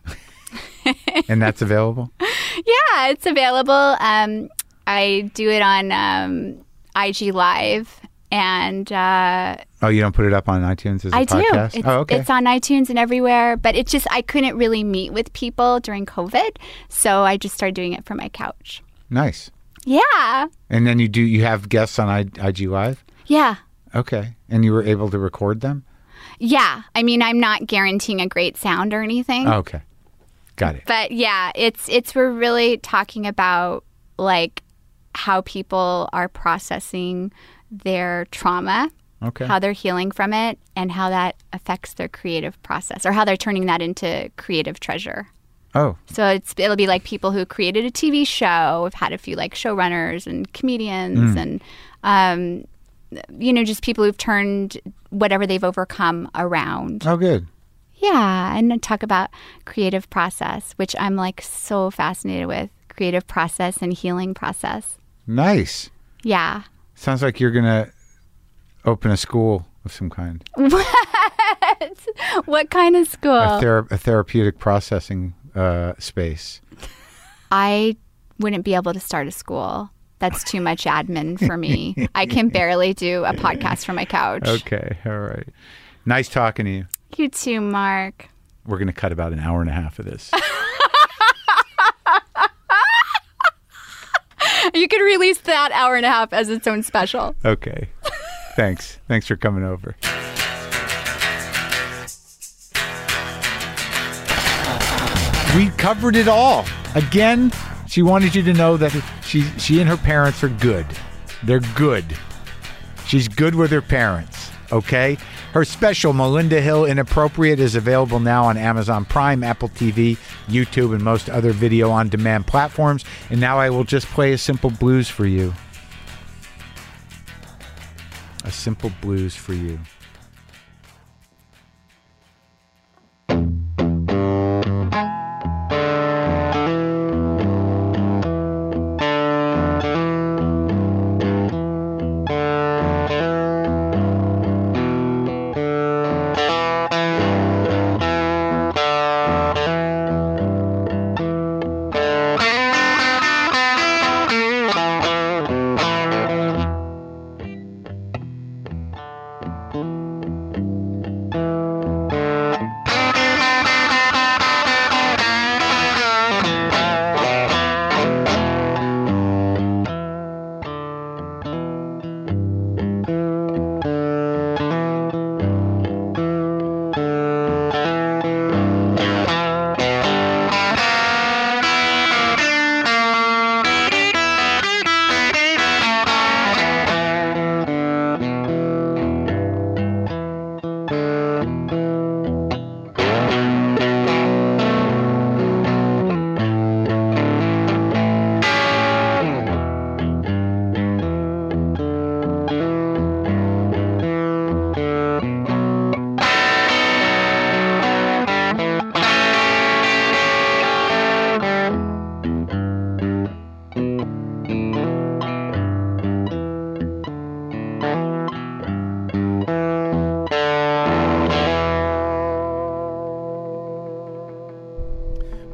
Speaker 1: And that's available.
Speaker 2: Yeah, it's available. Um, I do it on um, IG Live, and uh,
Speaker 1: Oh, you don't put it up on iTunes as a
Speaker 2: I do.
Speaker 1: podcast?
Speaker 2: It's,
Speaker 1: oh, okay.
Speaker 2: it's on iTunes and everywhere. But it's just I couldn't really meet with people during COVID, so I just started doing it from my couch.
Speaker 1: nice.
Speaker 2: Yeah,
Speaker 1: And then you do you have guests on I, IG Live?
Speaker 2: yeah,
Speaker 1: Okay. And you were able to record them?
Speaker 2: yeah. I mean, I'm not guaranteeing a great sound or anything.
Speaker 1: Oh, okay. Got it.
Speaker 2: but yeah it's it's we're really talking about like how people are processing their trauma
Speaker 1: Okay.
Speaker 2: how they're healing from it and how that affects their creative process or how they're turning that into creative treasure
Speaker 1: Oh,
Speaker 2: so it's it'll be like people who created a tv show have had a few like showrunners and
Speaker 1: Mm.
Speaker 2: comedians and um, you know just people who've turned whatever they've overcome around
Speaker 1: oh good.
Speaker 2: yeah, and talk about creative process, which I'm like so fascinated with creative process and healing process.
Speaker 1: Nice.
Speaker 2: Yeah.
Speaker 1: Sounds like you're going to open a school of some kind.
Speaker 2: What kind of
Speaker 1: A,
Speaker 2: school?
Speaker 1: thera- a therapeutic processing uh, space.
Speaker 2: I wouldn't be able to start a school. That's too much admin for me. I can barely do a podcast from my couch.
Speaker 1: Okay. All right. Nice talking to you.
Speaker 2: You too, Mark.
Speaker 1: We're going to cut about an hour and a half of this.
Speaker 2: You could release that hour and a half as its own special.
Speaker 1: Okay. Thanks. Thanks for coming over. We covered it all. Again, she wanted you to know that she she and her parents are good. They're good. She's good with her parents, okay? Her special Melinda Hill Inappropriate is available now on Amazon Prime, Apple TV, YouTube, and most other video on demand platforms. And now I will just play a simple blues for you a simple blues for you.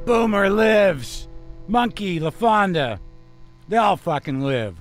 Speaker 1: Boomer lives. Monkey, LaFonda. They all fucking live.